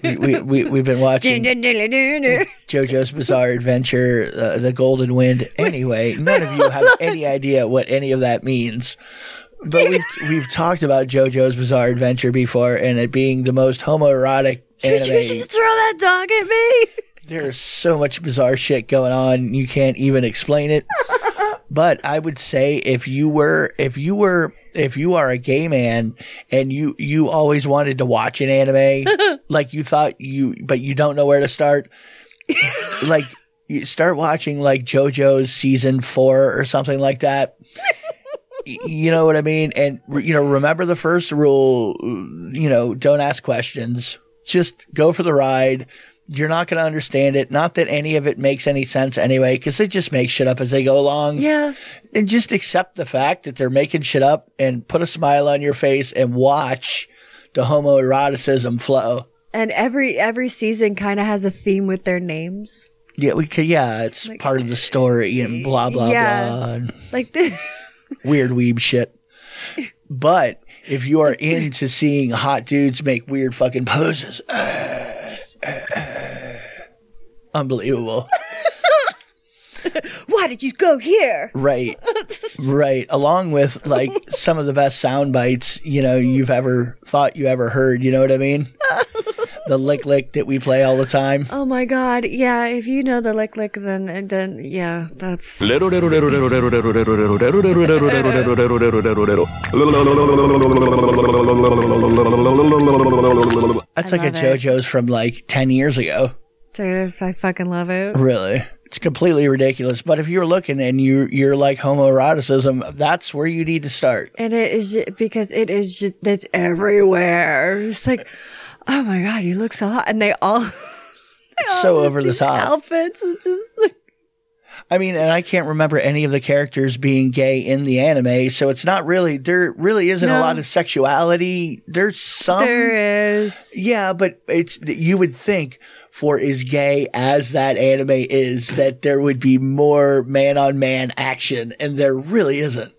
Speaker 1: We, we, we, we've been watching JoJo's Bizarre Adventure, uh, The Golden Wind. Anyway, none of you have any idea what any of that means. But we've, we've talked about JoJo's Bizarre Adventure before and it being the most homoerotic
Speaker 2: Did you
Speaker 1: anime.
Speaker 2: just throw that dog at me?
Speaker 1: There's so much bizarre shit going on, you can't even explain it. But I would say if you were, if you were, if you are a gay man and you, you always wanted to watch an anime, like you thought you, but you don't know where to start, like you start watching like JoJo's season four or something like that. Y- You know what I mean? And, re- you know, remember the first rule, you know, don't ask questions. Just go for the ride. You're not going to understand it. Not that any of it makes any sense anyway, because they just make shit up as they go along
Speaker 2: Yeah.
Speaker 1: and just accept the fact that they're making shit up and put a smile on your face and watch the homoeroticism flow.
Speaker 2: And every every season kind of has a theme with their names.
Speaker 1: Yeah, we could. Yeah, it's part of the story and blah blah
Speaker 2: yeah.
Speaker 1: blah and
Speaker 2: Like the
Speaker 1: weird weeb shit. But if you are into seeing hot dudes make weird fucking poses, unbelievable.
Speaker 2: Why did you go here?
Speaker 1: Right. right. Along with like some of the best sound bites, you know, you've ever thought you ever heard, you know what I mean? the lick lick that we play all the time.
Speaker 2: Oh my god, yeah, if you know the lick lick, then, and then, yeah, that's.
Speaker 1: That's
Speaker 2: I
Speaker 1: like a
Speaker 2: love it.
Speaker 1: JoJo's from like 10 years ago.
Speaker 2: Dude, I fucking love it.
Speaker 1: Really. It's completely ridiculous. But if you're looking and you you're like homoeroticism, that's where you need to start.
Speaker 2: And it is because it is just, it's everywhere. It's like, oh my god, you look so hot. And they all. they all
Speaker 1: so
Speaker 2: have
Speaker 1: over the
Speaker 2: these
Speaker 1: top.
Speaker 2: Outfits and just like,
Speaker 1: I mean, and I can't remember any of the characters being gay in the anime, so it's not really there really isn't a
Speaker 2: No.
Speaker 1: lot of sexuality. There's some
Speaker 2: there is.
Speaker 1: Yeah, but it's you would think for as gay as that anime is that there would be more man on man action and there really isn't.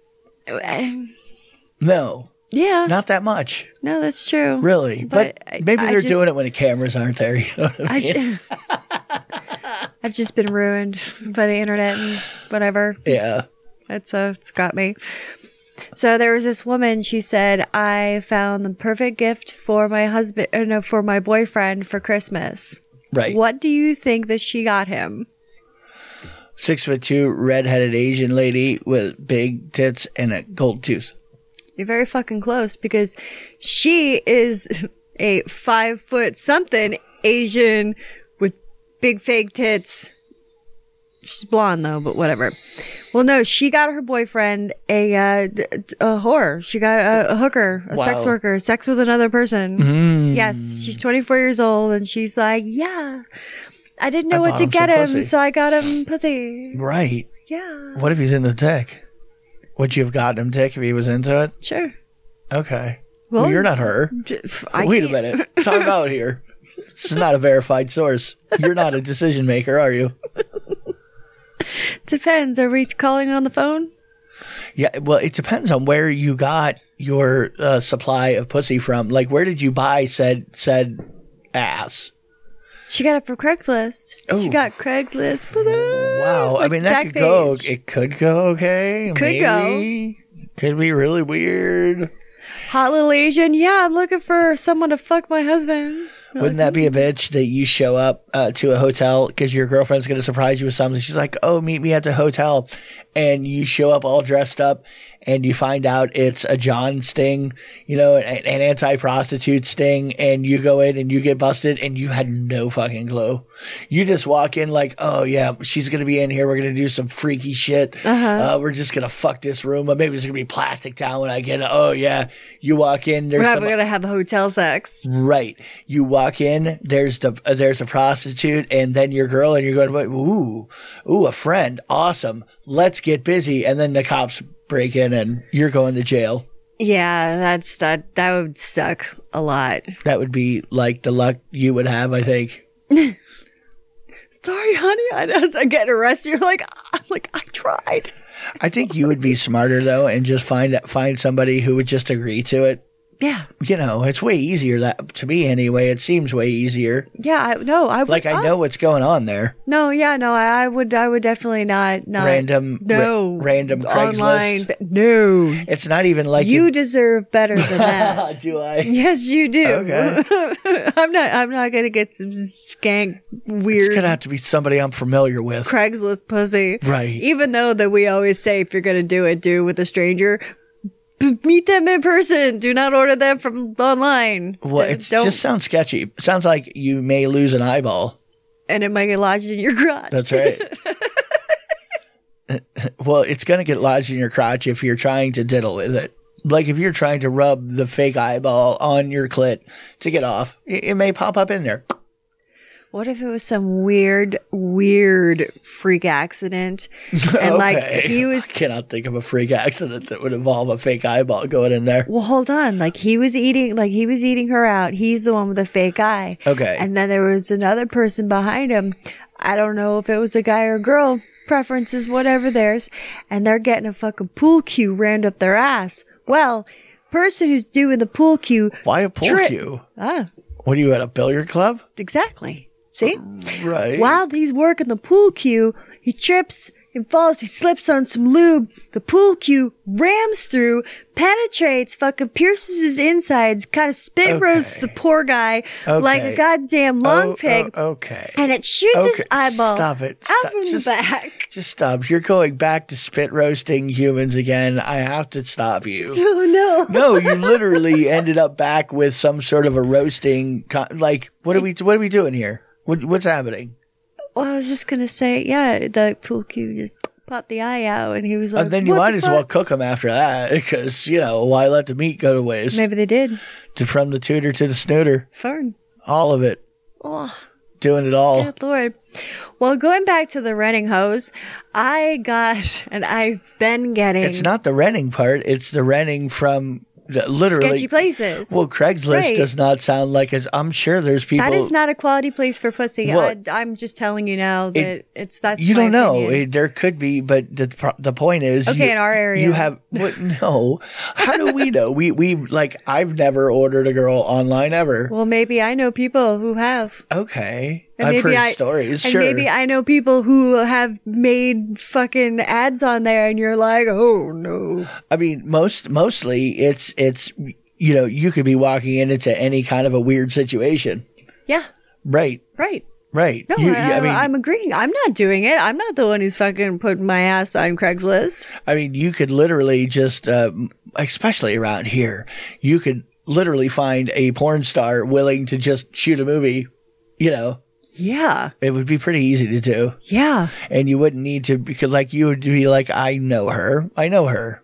Speaker 1: No.
Speaker 2: Yeah.
Speaker 1: Not that much,
Speaker 2: no, that's true.
Speaker 1: really. But,
Speaker 2: But I-
Speaker 1: maybe
Speaker 2: I
Speaker 1: they're
Speaker 2: just-
Speaker 1: doing it when the cameras aren't there, you know what I mean?
Speaker 2: I j- I've just been ruined by the internet and whatever.
Speaker 1: yeah.
Speaker 2: It's uh, it's got me. So there was this woman. She said, "I found the perfect gift for my husband, or no, for my boyfriend for Christmas."
Speaker 1: Right.
Speaker 2: What do you think that she got him?
Speaker 1: Six foot two redheaded Asian lady with big tits and a gold tooth.
Speaker 2: You're very fucking close because she is a five foot something Asian with big fake tits. She's blonde though, but whatever. Well, no, she got her boyfriend a uh, d- d- a whore. She got a, a hooker, a sex
Speaker 1: Wow. Hmm.
Speaker 2: worker, sex with another person. Yes, she's 24 years old, and she's like, yeah. I didn't know
Speaker 1: I bought
Speaker 2: what to
Speaker 1: him some
Speaker 2: get him,
Speaker 1: pussy."
Speaker 2: so I got him pussy.
Speaker 1: Right.
Speaker 2: Yeah,
Speaker 1: What if he's in the dick? Would you have gotten him dick if he was into it?
Speaker 2: sure.
Speaker 1: Okay. Well,
Speaker 2: Well,
Speaker 1: you're not her.
Speaker 2: D- f- I
Speaker 1: Wait a
Speaker 2: can't-
Speaker 1: minute. Time out here. This is not a verified source. You're not a decision maker, are you?
Speaker 2: Depends. Are we calling on the phone?
Speaker 1: Yeah, well, it depends on where you got your uh, supply of pussy from. Like, where did you buy said said ass?
Speaker 2: She got it from Craigslist.
Speaker 1: Ooh.
Speaker 2: She got Craigslist. Ba-da!
Speaker 1: Wow, I
Speaker 2: Like
Speaker 1: mean that could go.
Speaker 2: Backpage.
Speaker 1: It could go okay.
Speaker 2: Could go.
Speaker 1: go. Could be really weird.
Speaker 2: Hot little Asian. Yeah, I'm looking for someone to fuck my husband.
Speaker 1: Wouldn't that be a bitch that you show up uh, to a hotel because your girlfriend's going to surprise you with something? She's like, "Oh, meet me at the hotel," and you show up all dressed up, and you find out it's a John sting, you know, an, an anti-prostitute sting, and you go in and you get busted, and you had no fucking clue. You just walk in like, "Oh yeah, she's going to be in here. We're going to do some freaky shit. Uh-huh. we're just going to fuck this room, but maybe there's going to be plastic down when I get. Oh yeah, you walk in, there's
Speaker 2: We're
Speaker 1: some
Speaker 2: having gonna have hotel sex.
Speaker 1: Right. You walk in, there's the uh, there's a prostitute and then your girl and you're going, "Ooh, ooh, a friend. Awesome. Let's get busy." And then the cops break in and you're going to jail.
Speaker 2: Yeah, that's that. That would suck a lot.
Speaker 1: That would be like the luck you would have, I think.
Speaker 2: Sorry, honey. I know I get arrested. You're like, I'm like, I tried.
Speaker 1: I think you would be smarter though and just find find somebody who would just agree to it.
Speaker 2: Yeah,
Speaker 1: You know, it's way easier that to me anyway. It seems way easier.
Speaker 2: yeah. I, no, I would-
Speaker 1: Like I know what's going on there.
Speaker 2: No, yeah, no. I, I would, I would definitely not. not
Speaker 1: Random- ra-
Speaker 2: no,
Speaker 1: random
Speaker 2: online.
Speaker 1: Craigslist.
Speaker 2: No,
Speaker 1: It's not even like
Speaker 2: you
Speaker 1: it-
Speaker 2: deserve better than that.
Speaker 1: do I
Speaker 2: Yes, you do.
Speaker 1: Okay.
Speaker 2: I'm not. I'm not gonna get some skank
Speaker 1: It's
Speaker 2: weird
Speaker 1: going to have to be somebody I'm familiar with.
Speaker 2: Craigslist pussy.
Speaker 1: Right.
Speaker 2: Even though that we always say if you're gonna do it, do it with a stranger. B- meet them in person. Do not order them from online.
Speaker 1: Well,
Speaker 2: D-
Speaker 1: it just sounds sketchy. It sounds like you may lose an eyeball.
Speaker 2: and it might get lodged in your crotch.
Speaker 1: That's right. well, it's going to get lodged in your crotch if you're trying to diddle with it. Like if you're trying to rub the fake eyeball on your clit to get off, it, it may pop up in there.
Speaker 2: What if it was some weird, weird freak accident? And like
Speaker 1: Okay.
Speaker 2: he was
Speaker 1: I cannot think of a freak accident that would involve a fake eyeball going in there.
Speaker 2: Well, hold on. Like he was eating, like he was eating her out. He's the one with the fake eye.
Speaker 1: Okay.
Speaker 2: And then there was another person behind him. I don't know if it was a guy or a girl. Preferences, whatever theirs. And they're getting a fucking pool cue rammed up their ass. Well, person who's doing the pool cue.
Speaker 1: Why a pool
Speaker 2: Tri-
Speaker 1: cue?
Speaker 2: Ah,
Speaker 1: What are you at a billiard club?
Speaker 2: exactly. See?
Speaker 1: Right.
Speaker 2: While he's working the pool cue, he trips, and falls. He slips on some lube. The pool cue rams through, penetrates, fucking pierces his insides, kind of spit roasts the poor guy like
Speaker 1: Okay.
Speaker 2: a goddamn long
Speaker 1: Oh,
Speaker 2: pig.
Speaker 1: oh, okay.
Speaker 2: And it shoots his
Speaker 1: Okay,
Speaker 2: eyeball
Speaker 1: stop it.
Speaker 2: out
Speaker 1: Stop.
Speaker 2: from
Speaker 1: Just-
Speaker 2: the back.
Speaker 1: Just stop. You're going back to spit roasting humans again. I have to stop you.
Speaker 2: Oh no.
Speaker 1: No, you literally ended up back with some sort of a roasting. Co- like, what are we? What are we doing here? What, what's happening?
Speaker 2: Well, I was just gonna say, yeah, the pool cue just popped the eye out, and he was like,
Speaker 1: And Oh, then you
Speaker 2: Uh, "What
Speaker 1: might
Speaker 2: the
Speaker 1: as well
Speaker 2: fuck?"
Speaker 1: cook them after that, because you know why let the meat go to waste?
Speaker 2: Maybe they did.
Speaker 1: To, from the tutor to the snooter,
Speaker 2: Fern.
Speaker 1: all of it,
Speaker 2: Oh,
Speaker 1: doing it all.
Speaker 2: good lord. Well, going back to the running hose, I got, and I've been getting
Speaker 1: It's not the renting part; it's the renting from the, literally
Speaker 2: sketchy places.
Speaker 1: Well, Craigslist
Speaker 2: Right.
Speaker 1: does not sound like as I'm sure there's people.
Speaker 2: that is not a quality place for pussy.
Speaker 1: Well,
Speaker 2: I, I'm just telling you now that it's that's
Speaker 1: you
Speaker 2: my
Speaker 1: don't know.
Speaker 2: opinion.
Speaker 1: It, there could be, but the pro- the point is,
Speaker 2: Okay,
Speaker 1: you-
Speaker 2: in our area.
Speaker 1: you have what? No, how do we know? We we like I've never ordered a girl online ever.
Speaker 2: well, maybe I know people who have.
Speaker 1: okay,
Speaker 2: And
Speaker 1: I've heard
Speaker 2: maybe I-
Speaker 1: stories.
Speaker 2: And
Speaker 1: sure,
Speaker 2: maybe I know people who have made fucking ads on there, and you're like, oh no.
Speaker 1: I mean, most mostly it's it's you know you could be walking in into any kind of a weird situation,
Speaker 2: Yeah,
Speaker 1: right?
Speaker 2: right.
Speaker 1: Right.
Speaker 2: No,
Speaker 1: You-
Speaker 2: I,
Speaker 1: I mean,
Speaker 2: am agreeing. I'm not doing it. I'm not the one who's fucking putting my ass on Craigslist.
Speaker 1: I mean, you could literally just, uh, especially around here, you could literally find a porn star willing to just shoot a movie. You know,
Speaker 2: Yeah,
Speaker 1: it would be pretty easy to do,
Speaker 2: yeah,
Speaker 1: and you wouldn't need to because, like, you would be like, "I know her. I know her."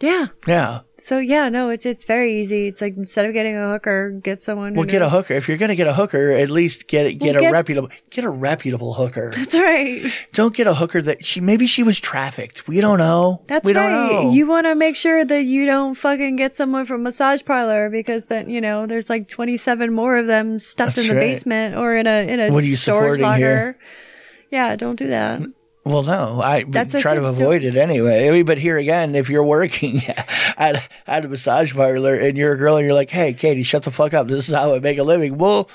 Speaker 2: yeah.
Speaker 1: Yeah.
Speaker 2: So yeah, no, it's it's very easy. It's like instead of getting a hooker, get someone. Who
Speaker 1: Well, get a
Speaker 2: knows.
Speaker 1: hooker. If you're gonna get a hooker, at least get it. Get
Speaker 2: Well,
Speaker 1: a
Speaker 2: get-
Speaker 1: reputable. Get a reputable hooker.
Speaker 2: That's right.
Speaker 1: Don't get a hooker that she maybe she was trafficked. We don't know.
Speaker 2: That's
Speaker 1: we
Speaker 2: right.
Speaker 1: Don't know.
Speaker 2: You want to make sure that you don't fucking get someone from a massage parlor because then you know there's like 27 more of them stuffed
Speaker 1: That's
Speaker 2: in the
Speaker 1: right.
Speaker 2: basement or in a in a
Speaker 1: What are you
Speaker 2: storage
Speaker 1: supporting
Speaker 2: locker.
Speaker 1: here? Mm.
Speaker 2: Yeah, don't do that.
Speaker 1: Well, no, I
Speaker 2: That's
Speaker 1: try
Speaker 2: what
Speaker 1: to
Speaker 2: I said,
Speaker 1: avoid it anyway. I mean, but here again, if you're working at, at a massage parlor and you're a girl and you're like, hey, Katie, shut the fuck up. This is how I make a living. Well,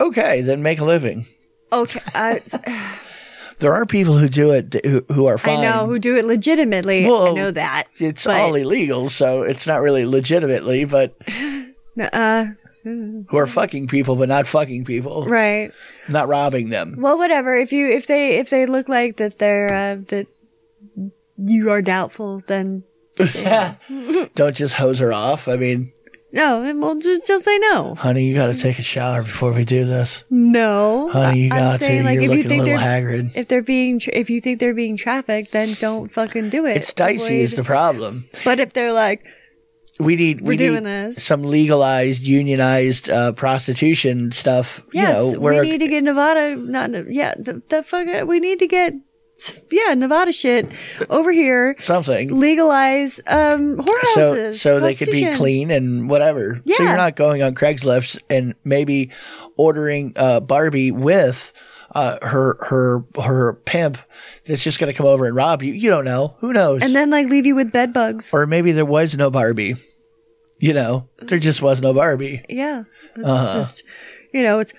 Speaker 1: okay, then make a living.
Speaker 2: Okay, I,
Speaker 1: There are people who do it th- who, who are fine.
Speaker 2: I know who do it legitimately. I
Speaker 1: Well,
Speaker 2: know that.
Speaker 1: It's
Speaker 2: but-
Speaker 1: all illegal, so it's not really legitimately, but
Speaker 2: Uh,
Speaker 1: who are fucking people, but not fucking people,
Speaker 2: right.
Speaker 1: not robbing them.
Speaker 2: Well, whatever. If you if they if they look like that they're uh, that you are doubtful, then
Speaker 1: Don't just hose her off. I mean,
Speaker 2: no. and Well, just, just say no.
Speaker 1: honey, you got to take a shower before we do this.
Speaker 2: No.
Speaker 1: Honey, you
Speaker 2: I- I'm
Speaker 1: got to.
Speaker 2: saying,
Speaker 1: you're looking a
Speaker 2: they're
Speaker 1: little haggard.
Speaker 2: if they're being tra- if you think they're being trafficked, then don't fucking do it.
Speaker 1: It's dicey is the
Speaker 2: Avoid-
Speaker 1: problem.
Speaker 2: but if they're like,
Speaker 1: We need
Speaker 2: We're
Speaker 1: we
Speaker 2: doing
Speaker 1: need
Speaker 2: this.
Speaker 1: some legalized, unionized uh, prostitution stuff.
Speaker 2: yes,
Speaker 1: you know,
Speaker 2: we
Speaker 1: where
Speaker 2: need to get Nevada. Not yeah, the, the fuck. We need to get yeah Nevada shit over here.
Speaker 1: something
Speaker 2: Legalize um
Speaker 1: so
Speaker 2: whorehouses.
Speaker 1: so they could be
Speaker 2: prostitution.
Speaker 1: clean and whatever. So
Speaker 2: Yeah.
Speaker 1: you're not going on Craigslist and maybe ordering uh, Barbie with uh, her her her pimp that's just going to come over and rob you. You don't know. Who knows?
Speaker 2: and then like leave you with bed bugs.
Speaker 1: or maybe there was no Barbie. You know, there just was no Barbie.
Speaker 2: yeah, it's
Speaker 1: Uh-huh.
Speaker 2: just you know it's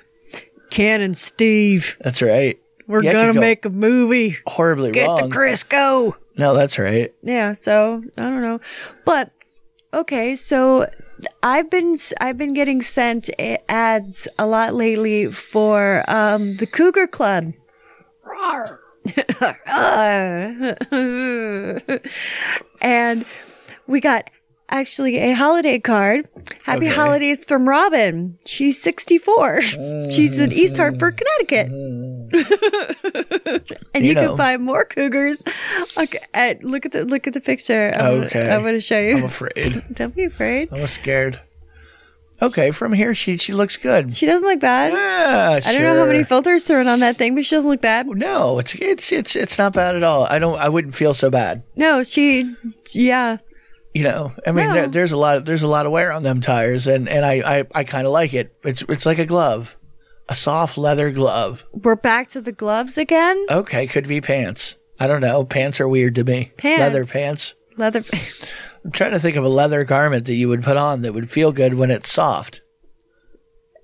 Speaker 2: Ken and Steve.
Speaker 1: That's right.
Speaker 2: We're
Speaker 1: Yeah, I could
Speaker 2: gonna
Speaker 1: go
Speaker 2: make a movie.
Speaker 1: horribly
Speaker 2: Get
Speaker 1: wrong.
Speaker 2: the Crisco.
Speaker 1: no, that's right.
Speaker 2: Yeah, so I don't know, but okay, so I've been I've been getting sent eh, ads a lot lately for um the Cougar Club. and we got actually a holiday card. Happy holidays from Robin. She's 64. She's in East Hartford, Connecticut. and you,
Speaker 1: You
Speaker 2: can
Speaker 1: know.
Speaker 2: find more cougars. Okay, at, look at the look at the picture. I'm
Speaker 1: Okay.
Speaker 2: gonna, I'm gonna show
Speaker 1: I'm
Speaker 2: you.
Speaker 1: afraid.
Speaker 2: Don't be afraid.
Speaker 1: I was scared. Okay, from here she she looks good.
Speaker 2: She doesn't look bad.
Speaker 1: Ah,
Speaker 2: I don't know how many
Speaker 1: sure.
Speaker 2: filters thrown on that thing, but she doesn't look bad.
Speaker 1: no, it's it's it's it's not bad at all. I don't. I wouldn't feel so bad.
Speaker 2: No, she, yeah,
Speaker 1: You know. I mean,
Speaker 2: No.
Speaker 1: there, there's a lot. There's a lot of wear on them tires, and and I I, I kind of like it. It's it's like a glove, a soft leather glove.
Speaker 2: we're back to the gloves again.
Speaker 1: Okay, could be pants. I don't know. Pants are weird to me.
Speaker 2: Pants.
Speaker 1: Leather pants.
Speaker 2: Leather.
Speaker 1: I'm trying to think of a leather garment that you would put on that would feel good when it's soft.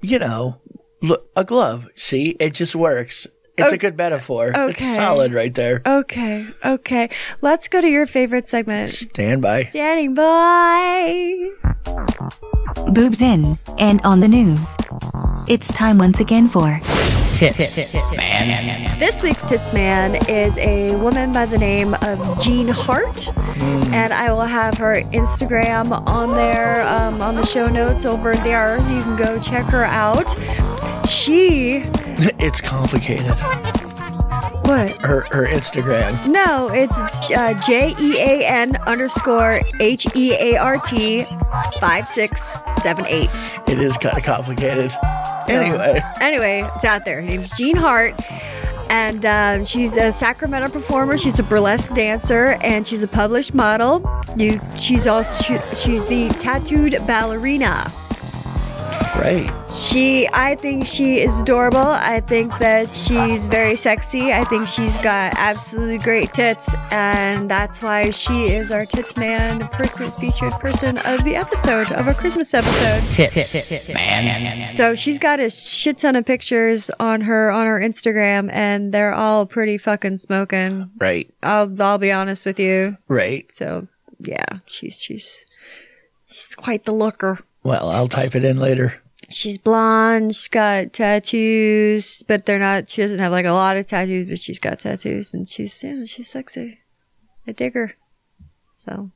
Speaker 1: You know, look, a glove. See, it just works. It's a good metaphor.
Speaker 2: Okay.
Speaker 1: It's solid right there.
Speaker 2: Okay, okay. Let's go to your favorite segment.
Speaker 1: Stand by.
Speaker 2: Standing by.
Speaker 4: Boobs in, and on the news. It's time once again for
Speaker 2: This week's Tits Man is a woman by the name of Jean Hart, and I will have her Instagram on there, um, on the show notes over there. You can go check her out. She,
Speaker 1: It's complicated.
Speaker 2: what?
Speaker 1: Her her Instagram.
Speaker 2: No, it's uh, J E A N underscore H E A R T 5678.
Speaker 1: It is kind of complicated. Anyway,
Speaker 2: Anyway, it's out there. Her name's Jean Hart, and um, she's a Sacramento performer. She's a burlesque dancer, and she's a published model. You, she's also she, she's the tattooed ballerina.
Speaker 1: right.
Speaker 2: She, I think she is adorable. I think that she's very sexy. I think she's got absolutely great tits, and that's why she is our tits man person featured person of the episode of our Christmas episode. So she's got a shit ton of pictures on her on her Instagram, and they're all pretty fucking smoking.
Speaker 1: Right.
Speaker 2: I'll I'll be honest with you.
Speaker 1: Right.
Speaker 2: So yeah, she's she's she's quite the looker.
Speaker 1: Well, I'll type it in later.
Speaker 2: She's blonde. She's got tattoos, but they're not. She doesn't have like a lot of tattoos, but she's got tattoos, and she's yeah, she's sexy. I dig her. So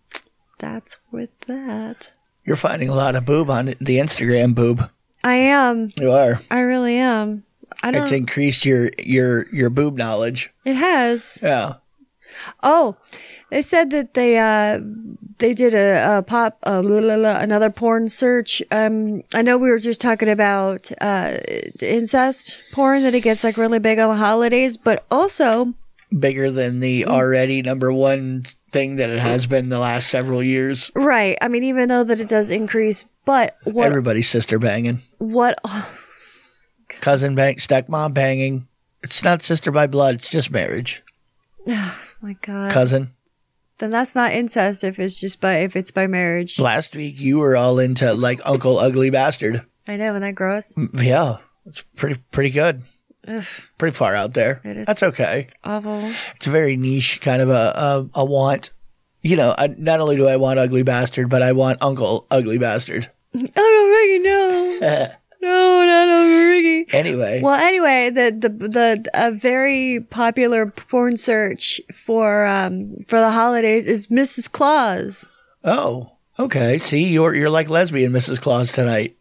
Speaker 2: that's with that.
Speaker 1: You're finding a lot of boob on it, the Instagram boob.
Speaker 2: I am.
Speaker 1: You are.
Speaker 2: I really am. I don't.
Speaker 1: It's increased your your your boob knowledge.
Speaker 2: it has.
Speaker 1: Yeah.
Speaker 2: Oh, they said that they uh they did a, a pop a la, la, la, another porn search. Um, I know we were just talking about uh incest porn that it gets like really big on the holidays, but also
Speaker 1: Bigger than
Speaker 2: Mm.
Speaker 1: the already number one thing that it has been the last several years.
Speaker 2: right. I mean, even though that it does increase, but what
Speaker 1: Everybody's sister banging,
Speaker 2: what oh
Speaker 1: cousin bang, stepmom banging. It's not sister by blood. It's just marriage.
Speaker 2: Oh my god.
Speaker 1: Cousin.
Speaker 2: Then that's not incest if it's just by if it's by marriage.
Speaker 1: Last week you were all into like Uncle Ugly Bastard.
Speaker 2: I know, and that gross.
Speaker 1: Mm. Yeah, it's pretty pretty good. Pretty far out there.
Speaker 2: It is.
Speaker 1: That's okay.
Speaker 2: Awful.
Speaker 1: It's a very niche kind of a a, a want. You know, I, not only do I want Ugly Bastard, but I want Uncle Ugly Bastard.
Speaker 2: Uncle Ricky, no. no, not Uncle Ricky.
Speaker 1: Anyway,
Speaker 2: Well, anyway, the the the a very popular porn search for um for the holidays is Mrs. Claus.
Speaker 1: oh, okay. See, you're you're like lesbian Mrs. Claus tonight,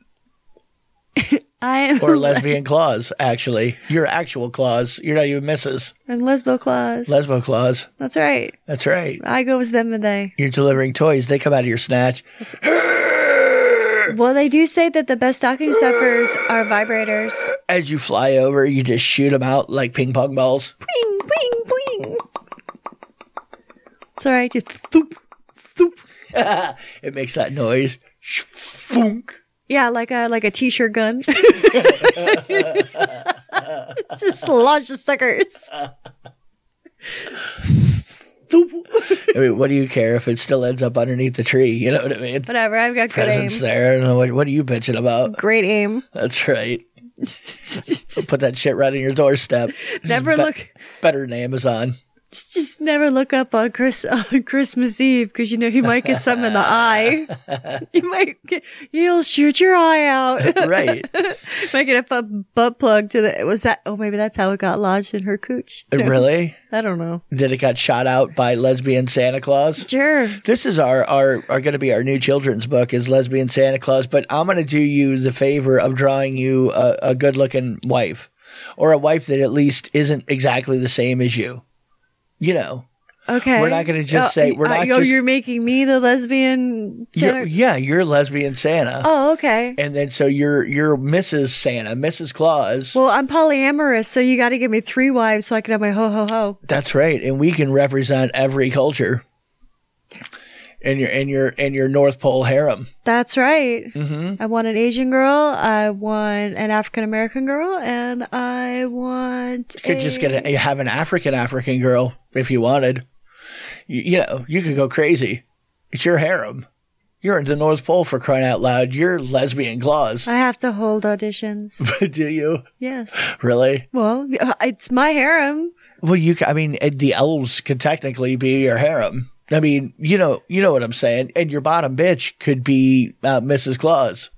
Speaker 2: I am
Speaker 1: or lesbian Claus. Actually, you're actual Claus. You're not even Mrs.
Speaker 2: I'm Lesbo Claus.
Speaker 1: Lesbo Claus.
Speaker 2: That's right.
Speaker 1: That's right.
Speaker 2: I go as them and they.
Speaker 1: You're delivering toys. They come out of your snatch.
Speaker 2: Well, they do say that the best stocking stuffers are vibrators.
Speaker 1: As you fly over, you just shoot them out like ping pong balls.
Speaker 2: Bing, bing, bing. It's all right. Just thoop, thoop.
Speaker 1: It makes that noise. Shfunk.
Speaker 2: Yeah, like a like a t-shirt gun. Just launch the suckers.
Speaker 1: I mean, what do you care if it still ends up underneath the tree? You know what I mean?
Speaker 2: Whatever. I've got good aim.
Speaker 1: Presents there. And what, what are you bitching about?
Speaker 2: Great aim.
Speaker 1: That's right. Put that shit right on your doorstep.
Speaker 2: Never
Speaker 1: Be-
Speaker 2: look.
Speaker 1: better than Amazon.
Speaker 2: Just, just never look up on Chris on Christmas Eve because you know he might get some in the eye. you might get, you'll shoot your eye out.
Speaker 1: Right. Uh,
Speaker 2: might get a fu- butt plug to the. Was that? Oh, maybe that's how it got lodged in her cooch. No,
Speaker 1: Really?
Speaker 2: I don't know.
Speaker 1: Did it got shot out by lesbian Santa Claus?
Speaker 2: Sure.
Speaker 1: This is our our are going to be our new children's book is lesbian Santa Claus, but I'm going to do you the favor of drawing you a, a good looking wife, or a wife that at least isn't exactly the same as you. You know,
Speaker 2: Okay.
Speaker 1: We're not gonna just say- we're not
Speaker 2: yo,
Speaker 1: just-
Speaker 2: you're making me the lesbian.
Speaker 1: you're,
Speaker 2: Santa-
Speaker 1: yeah, you're lesbian Santa,
Speaker 2: oh, okay.
Speaker 1: and then so you're you're Mrs. Santa, Mrs. Claus.
Speaker 2: Well, I'm polyamorous, so you got to give me three wives so I can have my ho ho ho.
Speaker 1: That's right, and we can represent every culture. And your and your and your North Pole harem.
Speaker 2: That's right. Mm-hmm. I want an Asian girl. I want an African American girl, and I want.
Speaker 1: You could just get a, have an African African girl if you wanted. You, you know, you could go crazy. It's your harem. You're in the North Pole for crying out loud. You're lesbian claws.
Speaker 2: I have to hold auditions.
Speaker 1: Do you?
Speaker 2: Yes.
Speaker 1: Really?
Speaker 2: Well, uh, it's my harem.
Speaker 1: Well, you. ca- I mean, eh, the elves could technically be your harem. I mean, you know, you know what I'm saying. And your bottom bitch could be uh, Mrs. Claus,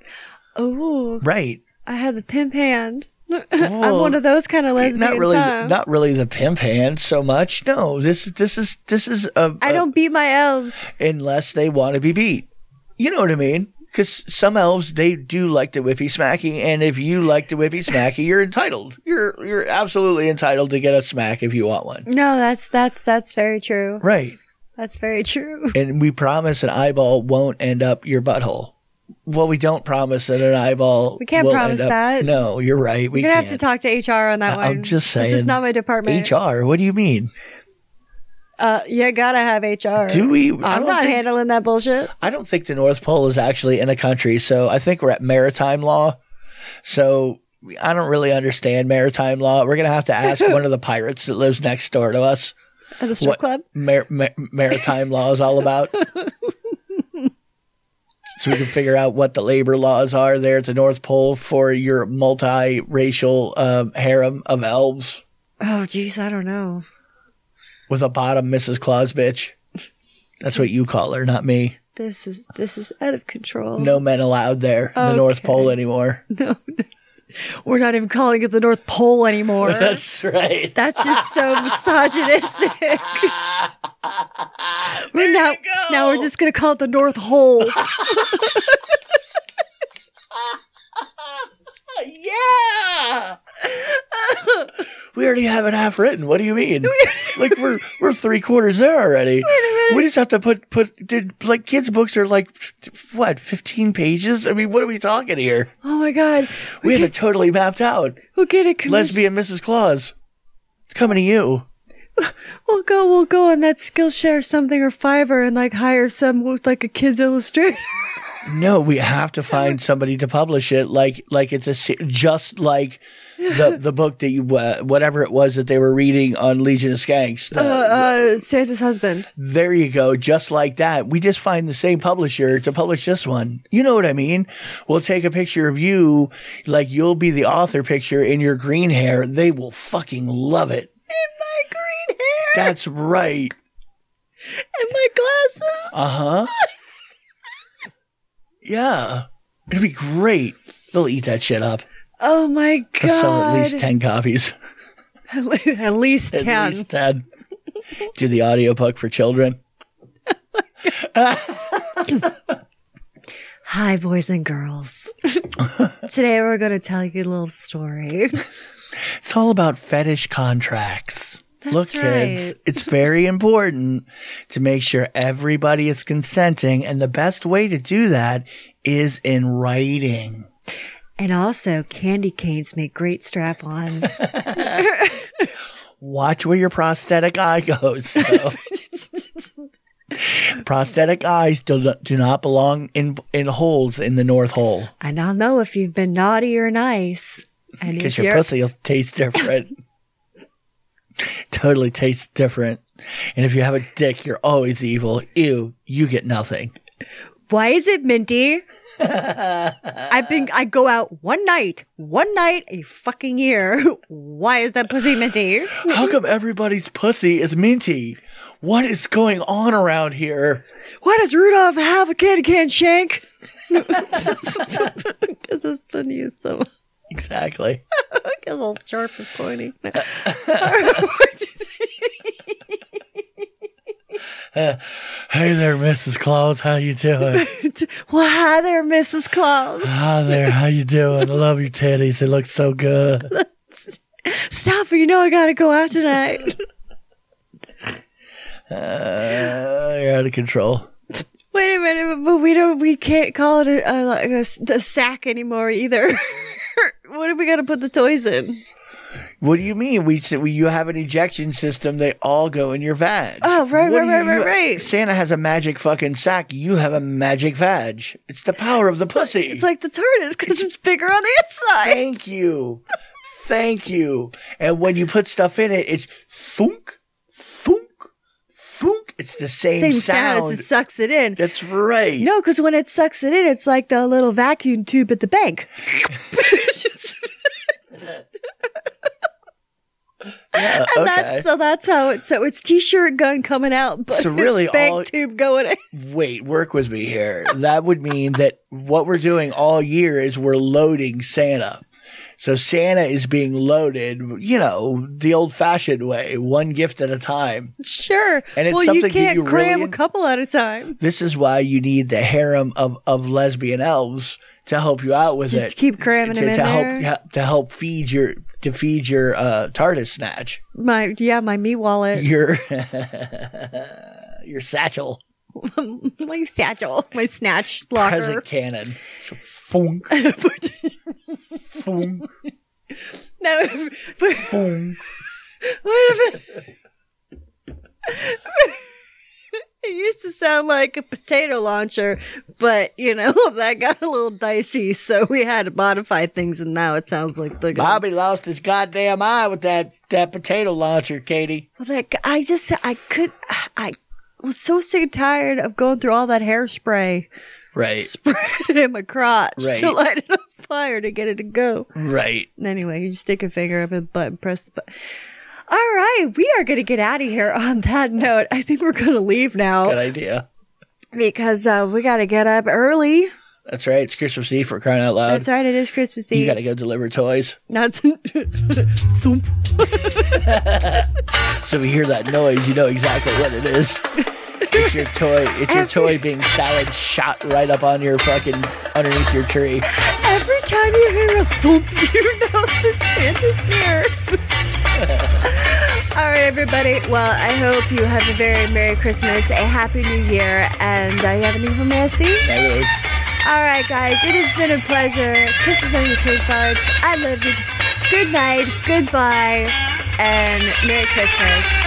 Speaker 2: Oh,
Speaker 1: right?
Speaker 2: I have the pimp hand. I'm one of those kind of lesbians.
Speaker 1: Oh. not really,
Speaker 2: huh?
Speaker 1: not really the pimp hand so much. No, this is this is this is a,
Speaker 2: I don't beat my elves.
Speaker 1: unless they want to be beat. You know what I mean? Because some elves they do like to whippy smacky, and if you like to whippy smacky, you're entitled. You're you're absolutely entitled to get a smack if you want one.
Speaker 2: No, that's that's that's very true.
Speaker 1: Right.
Speaker 2: That's very true.
Speaker 1: And we promise an eyeball won't end up your butthole. Well, we don't promise that an eyeball.
Speaker 2: We can't
Speaker 1: will
Speaker 2: promise
Speaker 1: end up-
Speaker 2: that.
Speaker 1: No, you're right. We
Speaker 2: You're gonna
Speaker 1: can't.
Speaker 2: have to talk to HR on that
Speaker 1: I- I'm
Speaker 2: one.
Speaker 1: just
Speaker 2: this is
Speaker 1: saying,
Speaker 2: not my department.
Speaker 1: HR. What do you mean?
Speaker 2: Uh, you gotta have HR.
Speaker 1: Do we? I
Speaker 2: I'm
Speaker 1: don't
Speaker 2: not
Speaker 1: think-
Speaker 2: handling that bullshit.
Speaker 1: I don't think the North Pole is actually in a country, so I think we're at maritime law. So I don't really understand maritime law. We're gonna have to ask one of the pirates that lives next door to us
Speaker 2: At the strip
Speaker 1: what
Speaker 2: club.
Speaker 1: mar- ma- maritime law is all about, so we can figure out what the labor laws are there at the North Pole for your multiracial um, harem of elves
Speaker 2: Oh, jeez, I don't know.
Speaker 1: with a bottom Mrs. Claus bitch. That's what you call her, not me.
Speaker 2: This is this is out of control.
Speaker 1: No men allowed there in the North
Speaker 2: Okay.
Speaker 1: Pole anymore.
Speaker 2: we're not even calling it the North Pole anymore.
Speaker 1: That's right.
Speaker 2: That's just so misogynistic. we're now, now we're just gonna call it the North Hole.
Speaker 1: Yeah. we already have it half written. What do you mean? like we're we're three quarters there already. We just have to put put did like kids books are like what fifteen pages. I mean, what are we talking here?
Speaker 2: Oh my god,
Speaker 1: We have it totally mapped out.
Speaker 2: we'll get a commission.
Speaker 1: Lesbian Mrs. Claus, it's coming to you.
Speaker 2: We'll go, we'll go on that Skillshare or something or Fiverr and like hire some with like a kids illustrator.
Speaker 1: No, we have to find somebody to publish it. Like, like it's a se- just like the the book that you uh, whatever it was that they were reading on Legion of Skanks. the-
Speaker 2: Uh, Santa's husband.
Speaker 1: There you go. Just like that. We just find the same publisher to publish this one. You know what I mean? We'll take a picture of you, like you'll be the author picture in your green hair. They will fucking love it.
Speaker 2: My green hair
Speaker 1: That's right.
Speaker 2: and my glasses.
Speaker 1: Uh huh. Yeah. It'd be great. They'll eat that shit up.
Speaker 2: Oh my
Speaker 1: They'll sell
Speaker 2: god.
Speaker 1: at least 10 copies.
Speaker 2: At le- at least
Speaker 1: At
Speaker 2: 10.
Speaker 1: least 10. Do the audio book for children.
Speaker 2: Hi, boys and girls. Today we're going to tell you a little story.
Speaker 1: It's all about fetish contracts. Look, kids,
Speaker 2: right.
Speaker 1: it's very important to make sure everybody is consenting. And the best way to do that is in writing.
Speaker 2: And also, candy canes make great strap ons.
Speaker 1: Watch where your prosthetic eye goes. though. prosthetic eyes do, do not belong in, in holes in the North Hole
Speaker 2: and I'll know if you've been naughty or nice. And
Speaker 1: because
Speaker 2: if
Speaker 1: your
Speaker 2: you're,
Speaker 1: pussy will taste different. totally tastes different. And if you have a dick, you're always evil. Ew, you get nothing.
Speaker 2: why is it minty? I've been, I go out one night, one night a fucking year. Why is that pussy minty?
Speaker 1: How come everybody's pussy is minty? What is going on around here?
Speaker 2: Why does Rudolph have a candy can shank? Because it's been used so much.
Speaker 1: Exactly.
Speaker 2: Because old sharp is pointing.
Speaker 1: Hey there, Mrs. Claus. How you doing?
Speaker 2: well, hi there, Mrs. Claus.
Speaker 1: Hi there. How you doing? I love your titties. They look so good.
Speaker 2: Stop, you know I gotta go out tonight.
Speaker 1: Uh, you're out of control.
Speaker 2: Wait a minute, but we don't, we can't call it a, a, like a s- a sack anymore either. what are we gonna put the toys in?
Speaker 1: What do you mean? We said we, you have an ejection system. They all go in your vag.
Speaker 2: Oh, right,
Speaker 1: What
Speaker 2: right,
Speaker 1: do
Speaker 2: right,
Speaker 1: you-
Speaker 2: right, right.
Speaker 1: Santa has a magic fucking sack. You have a magic vag. It's the power of the pussy.
Speaker 2: It's like the TARDIS because it's bigger on the inside.
Speaker 1: Thank you. Thank you. And when you put stuff in it, it's thunk, thunk, thunk. it's the same,
Speaker 2: Same
Speaker 1: sound.
Speaker 2: sound as it sucks it in.
Speaker 1: That's right.
Speaker 2: No, because when it sucks it in, it's like the little vacuum tube at the bank.
Speaker 1: Yeah,
Speaker 2: And
Speaker 1: Uh, okay.
Speaker 2: that's, so that's how it. So it's t-shirt gun coming out, but
Speaker 1: So really
Speaker 2: it's bank
Speaker 1: all-
Speaker 2: tube going in.
Speaker 1: Wait, work with me here. That would mean that what we're doing all year is we're loading Santa. So Santa is being loaded, you know, the old fashioned way, one gift at a time.
Speaker 2: Sure.
Speaker 1: And it's
Speaker 2: well,
Speaker 1: something
Speaker 2: you
Speaker 1: that
Speaker 2: can't
Speaker 1: you really
Speaker 2: cram
Speaker 1: en-
Speaker 2: a couple at a time.
Speaker 1: This is why you need the harem of, of lesbian elves to help you out with
Speaker 2: Just
Speaker 1: it.
Speaker 2: keep cramming
Speaker 1: to,
Speaker 2: them in
Speaker 1: to help
Speaker 2: there.
Speaker 1: yeah, to help feed your to feed your uh, TARDIS snatch.
Speaker 2: My yeah, my me wallet,
Speaker 1: Your your satchel
Speaker 2: my satchel, my snatch locker.
Speaker 1: present cannon.
Speaker 2: No, but, wait a minute. It used to sound like a potato launcher, but you know that got a little dicey, so we had to modify things, and now it sounds like the
Speaker 1: Bobby lost his goddamn eye with that, that potato launcher, Katie.
Speaker 2: Well, Like I just, I could, I was so sick and tired of going through all that hairspray,
Speaker 1: Right,
Speaker 2: spread it in my crotch
Speaker 1: Right.
Speaker 2: to light it on fire to get it to go.
Speaker 1: right.
Speaker 2: Anyway, you just stick your finger up and butt and press the button. All right, we are going to get out of here on that note. I think we're going to leave
Speaker 1: Good
Speaker 2: now
Speaker 1: idea.
Speaker 2: because uh, we got to get up early.
Speaker 1: That's right. It's Christmas Eve for crying out loud.
Speaker 2: That's right, it is Christmas
Speaker 1: You
Speaker 2: Eve.
Speaker 1: gotta go deliver toys.
Speaker 2: That's
Speaker 1: So if you hear that noise, you know exactly what it is. It's your toy. It's your toy being salad shot right up on your fucking underneath your tree.
Speaker 2: Every time you hear a thump, you know that Santa's here. All right, everybody. Well, I hope you have a very Merry Christmas, a Happy New Year, and uh, you have anything for Missy?
Speaker 1: Anyway,
Speaker 2: All right, guys. It has been a pleasure. Kisses on your cake farts. I love you. Good night. Goodbye. And Merry Christmas. Bye.